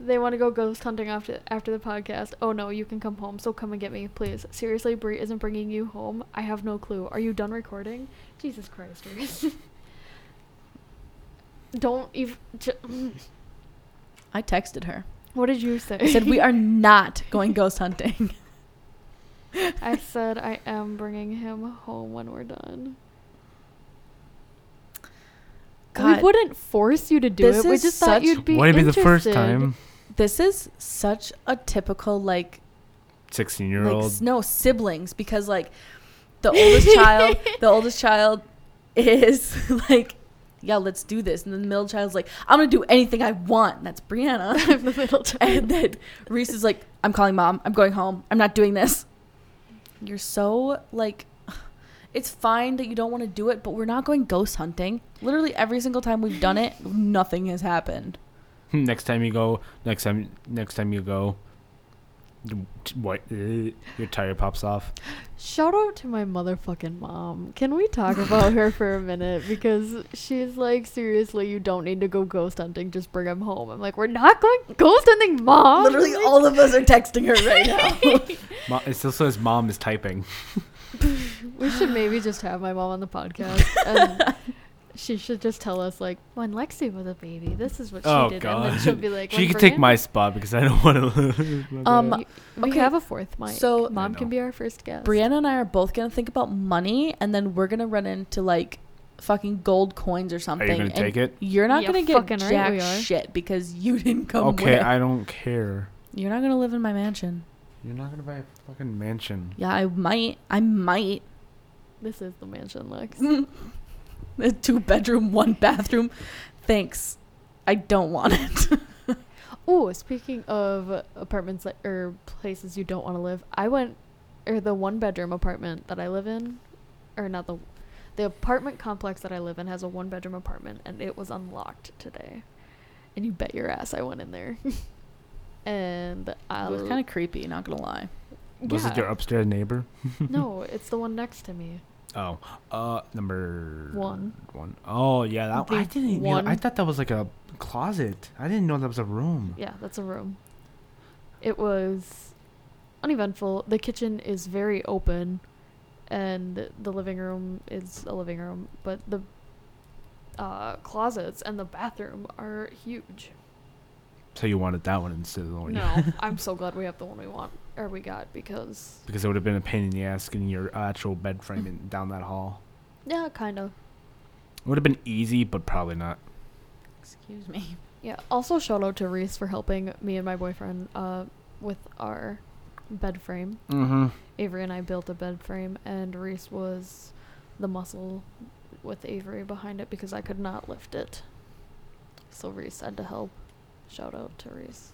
they want to go ghost hunting after after the podcast. Oh no, you can come home. So come and get me, please. Seriously, Brie isn't bringing you home. I have no clue. Are you done recording? Jesus Christ, Reese. Don't even. J- I texted her. what did you say? I said we are not going ghost hunting. I said I am bringing him home when we're done. We God. wouldn't force you to do This it. We is just thought such- you'd be Would it be the first interested. time? This is such a typical like like Sixteen-year-old. s- no siblings because like the oldest child the oldest child is like yeah let's do this and then the middle child's like I'm gonna do anything I want and that's Brianna I'm the middle child. and then Reese is like I'm calling mom I'm going home I'm not doing this you're so like it's fine that you don't want to do it but we're not going ghost hunting literally every single time we've done it nothing has happened next time you go. Next time. Next time you go. you- What? uh, your tire pops off. Shout out to my motherfucking mom. Can we talk about her for a minute? Because she's like, seriously, you don't need to go ghost hunting. Just bring him home. I'm like, we're not going ghost hunting, mom. Literally, Like, all of us are texting her right now. Mo- it still says mom is typing. We should maybe just have my mom on the podcast, and she should just tell us like when Lexi was a baby. This is what she Oh, did, and God. then she'll be like, she "When could take Brianna-" my spot because I don't want to. Um, You- We okay, have a fourth mic. so- So I mom know. can be our first guest. Brianna and I are both gonna think about money, and then we're gonna run into like fucking gold coins or Are something. you gonna and take it? You're not Yeah, gonna get fucking right jack we are. shit because you didn't come. Okay, with. I don't care. you're not gonna live in my mansion. You're not gonna buy a fucking mansion. Yeah, I might. I might. This is the mansion, Mm. Lex. A two bedroom, one bathroom. Thanks. I don't want it. Oh, speaking of apartments that, or places you don't want to live, I went or the one bedroom apartment that I live in, or not the, the apartment complex that I live in has a one bedroom apartment, and it was unlocked today, and you bet your ass I went in there, and I it was kind of creepy, not gonna lie. Was it your upstairs neighbor? no, it's the one next to me. Oh, uh, number One. One. Oh yeah, that The I didn't. even- one- I thought that was like a closet. I didn't know that was a room. Yeah, that's a room. It was uneventful. The kitchen is very open, and the living room is a living room, but the uh, closets and the bathroom are huge. So you wanted that one instead of the one. you- No, I'm so glad we have the one we want or we got because Because it would have been a pain in the ass getting your actual bed frame in, down that hall. yeah, kind of. It would have been easy, but probably not. Excuse me. Yeah. Also, shout out to Reese for helping me and my boyfriend uh, with our bed frame. Mm-hmm. Avery and I built a bed frame, and Reese was the muscle with Avery behind it because I could not lift it. So Reese had to help. Shout out to Reese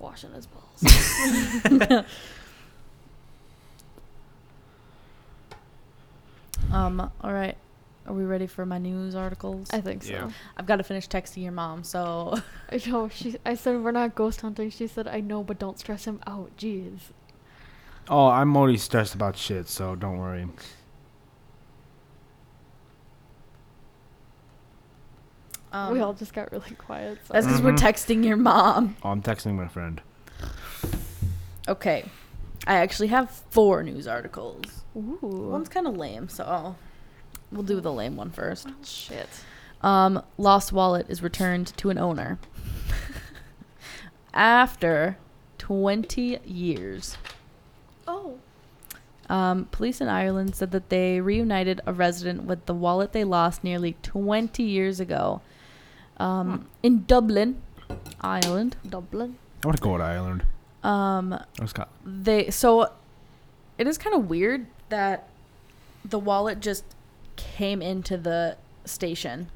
washing his balls. Um. All right. Are we ready for my news articles? I think so. Yeah. I've got to finish texting your mom, so I know. She. I said we're not ghost hunting. She said I know, but don't stress him out. Jeez. Oh, I'm already stressed about shit, so don't worry. um, we all just got really quiet. So. that's because we're Mhm. texting your mom. Oh, I'm texting my friend. Okay. I actually have four news articles. Ooh. One's kind of lame, so we'll do the lame one first. Shit. Um, lost wallet is returned to an owner after 20 years. Oh. Um, police in Ireland said that they reunited a resident with the wallet they lost nearly 20 years ago um, in Dublin, Ireland. Dublin. I want to go to Ireland. Um, Or Scot- they so it is kind of weird that the wallet just came into the station.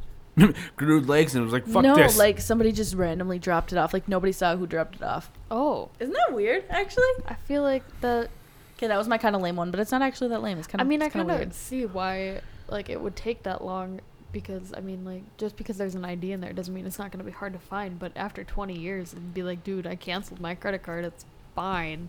Grew legs and was like, fuck no, this. like somebody just randomly dropped it off. Like nobody saw who dropped it off. Oh. Isn't that weird? Actually, I feel like that. okay, that was my kind of lame one, but it's not actually that lame. It's kind I of mean, I kind of kind of see why like it would take that long because I mean, like just because there's an ID in there doesn't mean it's not going to be hard to find. But after 20 years, it'd be like, dude, I canceled my credit card. It's fine.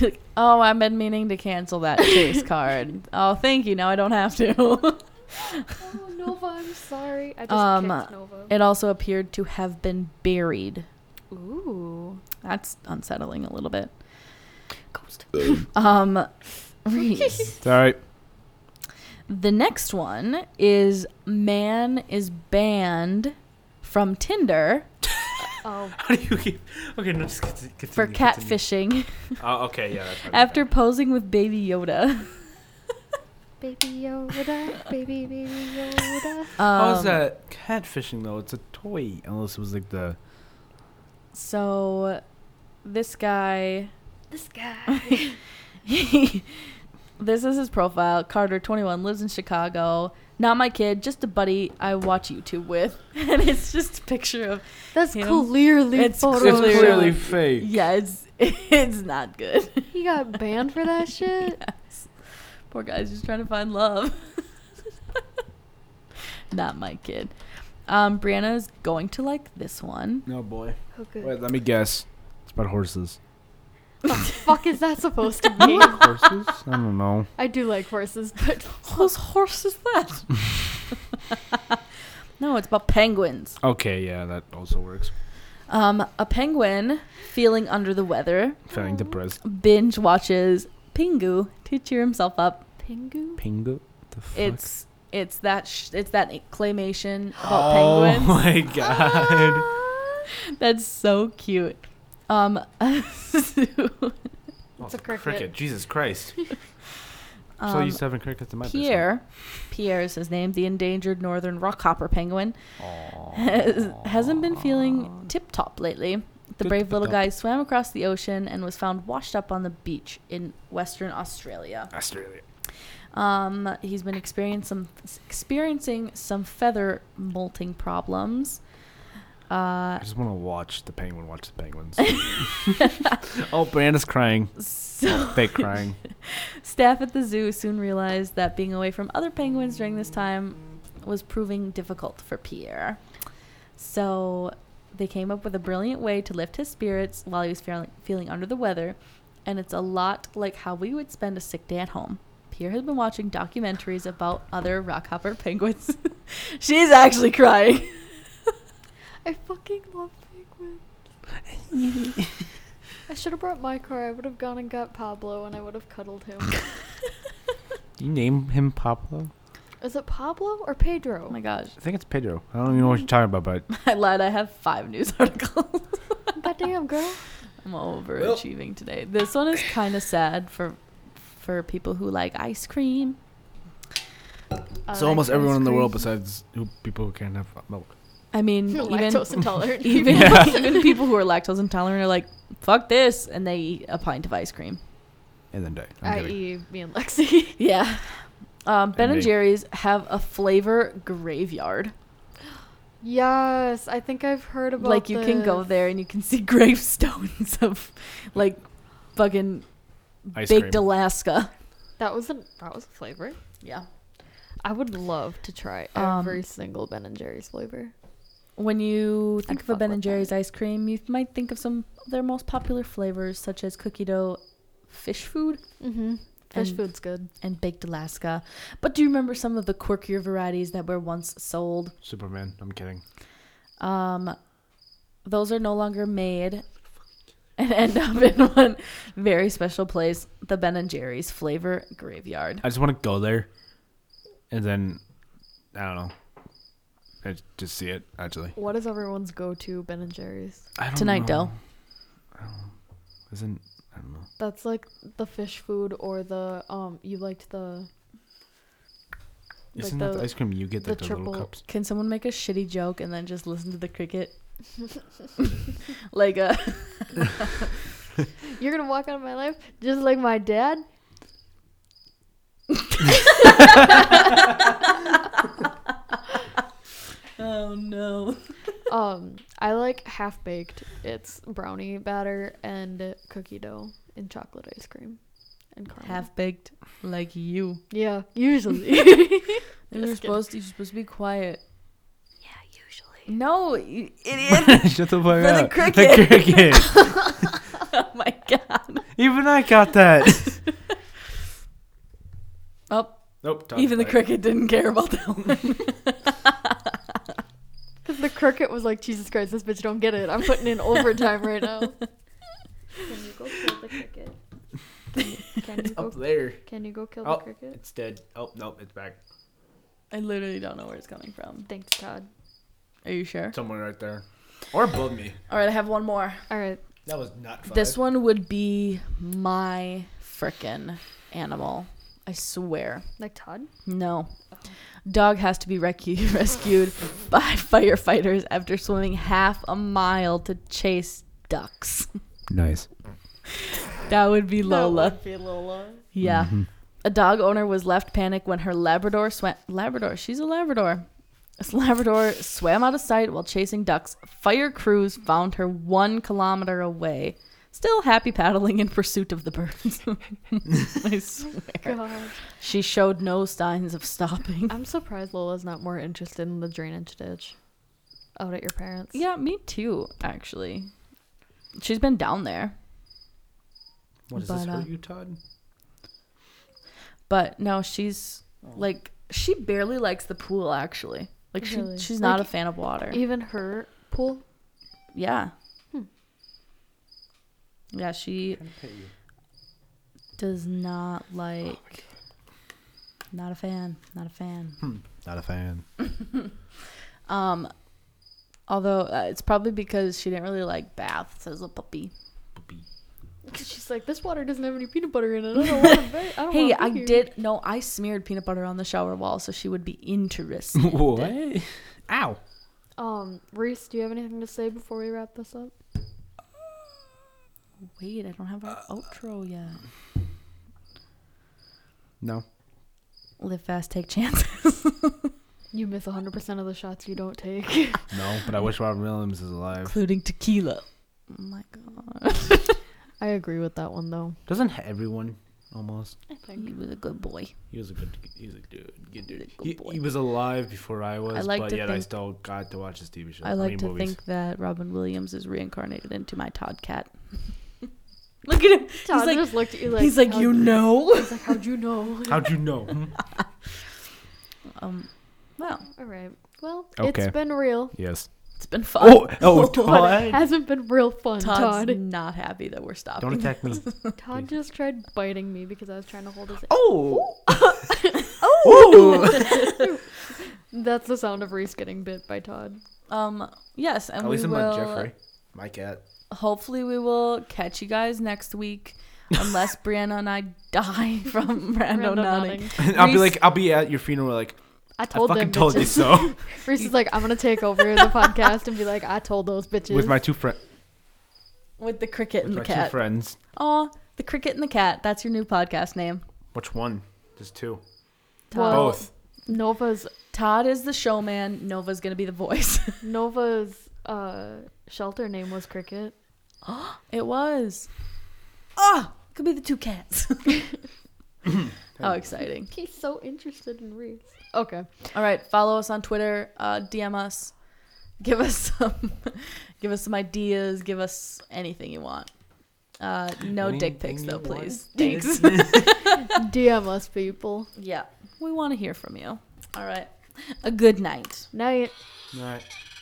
weird. oh, I've been meaning to cancel that Chase card. Oh, thank you. Now I don't have to. oh, Nova, I'm sorry. I just Um, kicked Nova. it also appeared to have been buried. Ooh, That's unsettling a little bit. ghost. Um, Reese. It's all right. The next one is man is banned from Tinder Oh, How do you keep? Okay, no, just continue. continue for continue. catfishing Oh, okay, yeah. That's fine, after okay. posing with Baby Yoda. Baby Yoda, baby, baby Yoda. Um, How is that catfishing though? It's a toy, unless it was like the. So, this guy. This guy. this is his profile. Carter, 21, lives in Chicago. Not my kid, just a buddy I watch YouTube with. And it's just a picture of. that's Him? clearly It's photo. It's clearly- clearly- fake. Yeah, it's it's not good. He got banned for that shit. Yes. Poor guy's just trying to find love. Not my kid. Um, Brianna's going to like this one. No boy. Oh, good. Wait, let me guess. It's about horses. the fuck is that supposed to be? horses? I don't know. I do like horses, but Whose horse is that? no, it's about penguins. Okay, yeah, that also works. Um, a penguin feeling under the weather Feeling depressed. binge watches Pingu to cheer himself up. Pingu. Pingu. The fuck? It's it's that sh- it's that claymation about Oh penguins. Ah! my god. That's so cute. Um, Oh, It's a cricket. Jesus Christ. so um, you seven crickets in my Pierre, Pierre is his name, the endangered northern rockhopper penguin, has, Person. hasn't been feeling tip top lately. The brave little Tip-top. guy swam across the ocean and was found washed up on the beach in Western Australia. Australia. Um, he's been experiencing some, experiencing some feather molting problems. Uh, I just want to watch the penguin watch the penguins. oh, Brianna's crying. so Fake crying. Staff at the zoo soon realized that being away from other penguins during this time was proving difficult for Pierre. So they came up with a brilliant way to lift his spirits while he was feeling, feeling under the weather, and it's a lot like how we would spend a sick day at home. Pierre has been watching documentaries about other rockhopper penguins. She's actually crying. I fucking love penguins. I should have brought my car. I would have gone and got Pablo and I would have cuddled him. You name him Pablo? Is it Pablo or Pedro? Oh my gosh. I think it's Pedro. I don't even know what you're talking about, but I lied. I have five news articles. God damn, girl. I'm overachieving today. This one is kind of sad for for people who like ice cream. I it's like almost ice everyone in the world cream. besides who, people who can't have milk. I mean, You're even lactose intolerant. even, Yeah. even people who are lactose intolerant are like, "Fuck this," and they eat a pint of ice cream. And then die. I'm kidding. I.e., e, me and Lexi. Yeah. Um, ben and me. Jerry's have a flavor graveyard. yes, I think I've heard about. like you can go this. there and you can see gravestones of like fucking Ice baked cream. Alaska. That was a that was a flavor. Yeah. I would love to try Um, every single Ben and Jerry's flavor. When you think of a fuck Ben with and Jerry's ice cream, you might think of some of their most popular flavors, such as cookie dough, fish food, Mm-hmm. Fish And- food's good. and baked Alaska. But do you remember some of the quirkier varieties that were once sold? Superman. I'm kidding. Um, those are no longer made and end up in one very special place, the Ben and Jerry's flavor graveyard. I just want to go there, and then I don't know. I j- just see it actually. What is everyone's go-to Ben and Jerry's? I don't Tonight, know. Del. Isn't I don't know. That's like the fish food or the um. You liked the Like Isn't that the- the ice cream you get the like the, little triple- cups? Can someone make a shitty joke and then just listen to the cricket? like a You're gonna walk out of my life just like my dad. oh no. Um, I like half baked. It's brownie batter and cookie dough and chocolate ice cream and caramel. Half baked like you. yeah, usually. You were Just kidding. supposed to, you're supposed to be quiet. Yeah, usually. No, you idiot. Shut the fuck the up. cricket. cricket. oh my god. Even I got that. Oh, Nope. even the cricket didn't care about that one. Because the cricket was like, Jesus Christ, this bitch don't get it. I'm putting in overtime right now. Can you go kill the cricket? Can you go? there. Can you go kill the Oh. the cricket? It's dead. Oh nope, it's back. I literally don't know where it's coming from. Thanks, Todd. Are you sure? Someone right there, or above me. All right, I have one more. All right. That was not This one would be my frickin' animal. I swear. Like Todd? No. Dog has to be recu- rescued by firefighters after swimming half a mile to chase ducks. Nice. That would be Lola. Lola. Yeah. A dog owner was left panic when her Labrador swam. Labrador, she's a Labrador. This Labrador swam out of sight while chasing ducks. Fire crews found her one kilometer away, still happy paddling in pursuit of the birds. I swear. God. She showed no signs of stopping. I'm surprised Lola's not more interested in the drainage ditch out at your parents. Yeah, me too, actually. She's been down there. What is But, this uh, for you, Todd? But no, she's like she barely likes the pool actually. Like she, Really? she's not Like, a fan of water. Even her pool. Yeah. Hmm. Yeah, she does not like. not a fan. Not a fan. Not a fan. Um, although uh, it's probably because she didn't really like baths as a puppy. Because she's like, this water doesn't have any peanut butter in it. I don't want to ba- Oh, I don't Hey, wanna I be here." did. No, I smeared peanut butter on the shower wall, so she would be interested. What? Ow. Um, Reese, do you have anything to say before we wrap this up? Wait, I don't have our Uh, outro yet. No. Live fast, take chances. You miss 100% of the shots you don't take. No, but I wish Robin Williams is alive. including tequila. Oh my god. I agree with that one though. Doesn't everyone almost? I He was a good boy. He was a good. He's a dude. Good dude. Good He, boy. he was alive before I was, like but to yet I think- still got to watch his TV show. I like mean, to movies. think that Robin Williams is reincarnated into my Todd Cat. Look at him. Todd like- just looked at you like He's like, "How'd you know. He's like, how'd you know? How'd you know? hmm? Um, well, All right. Well, Okay. it's been real. yes. it's been fun. Oh, oh, But it Todd! hasn't been real fun, Todd's Todd. not happy that we're stopping. Don't attack me. Todd just tried biting me because I was trying to hold his. Oh, Oh! That's the sound of Reese getting bit by Todd. Um, yes, and at least we I'm will. not Jeffrey. My cat. Hopefully, we will catch you guys next week, unless Brianna and I die from random Random nodding. nodding. And I'll be Reese- like, I'll be at your funeral. Like, I I told fucking them. told you bitches. so. Reese is like, I'm gonna take over the podcast and be like, I told those bitches. With my two friends. with the cricket With and my the two cat. friends. Oh, the cricket and the cat. That's your new podcast name. Which one? Just two. Well, Both. Nova's Todd is the showman. Nova's gonna be the voice. Nova's uh, shelter name was Cricket. it was. Oh, could be the two cats. How exciting! He's so interested in Reese. Okay. All right, follow us on Twitter. Uh, DM us. Give us some. give us some ideas. Give us anything you want. Uh, no dick pics Anything though, you want. please. Thanks. DM us, people. yeah, we want to hear from you. All right. A good night. Night. All right.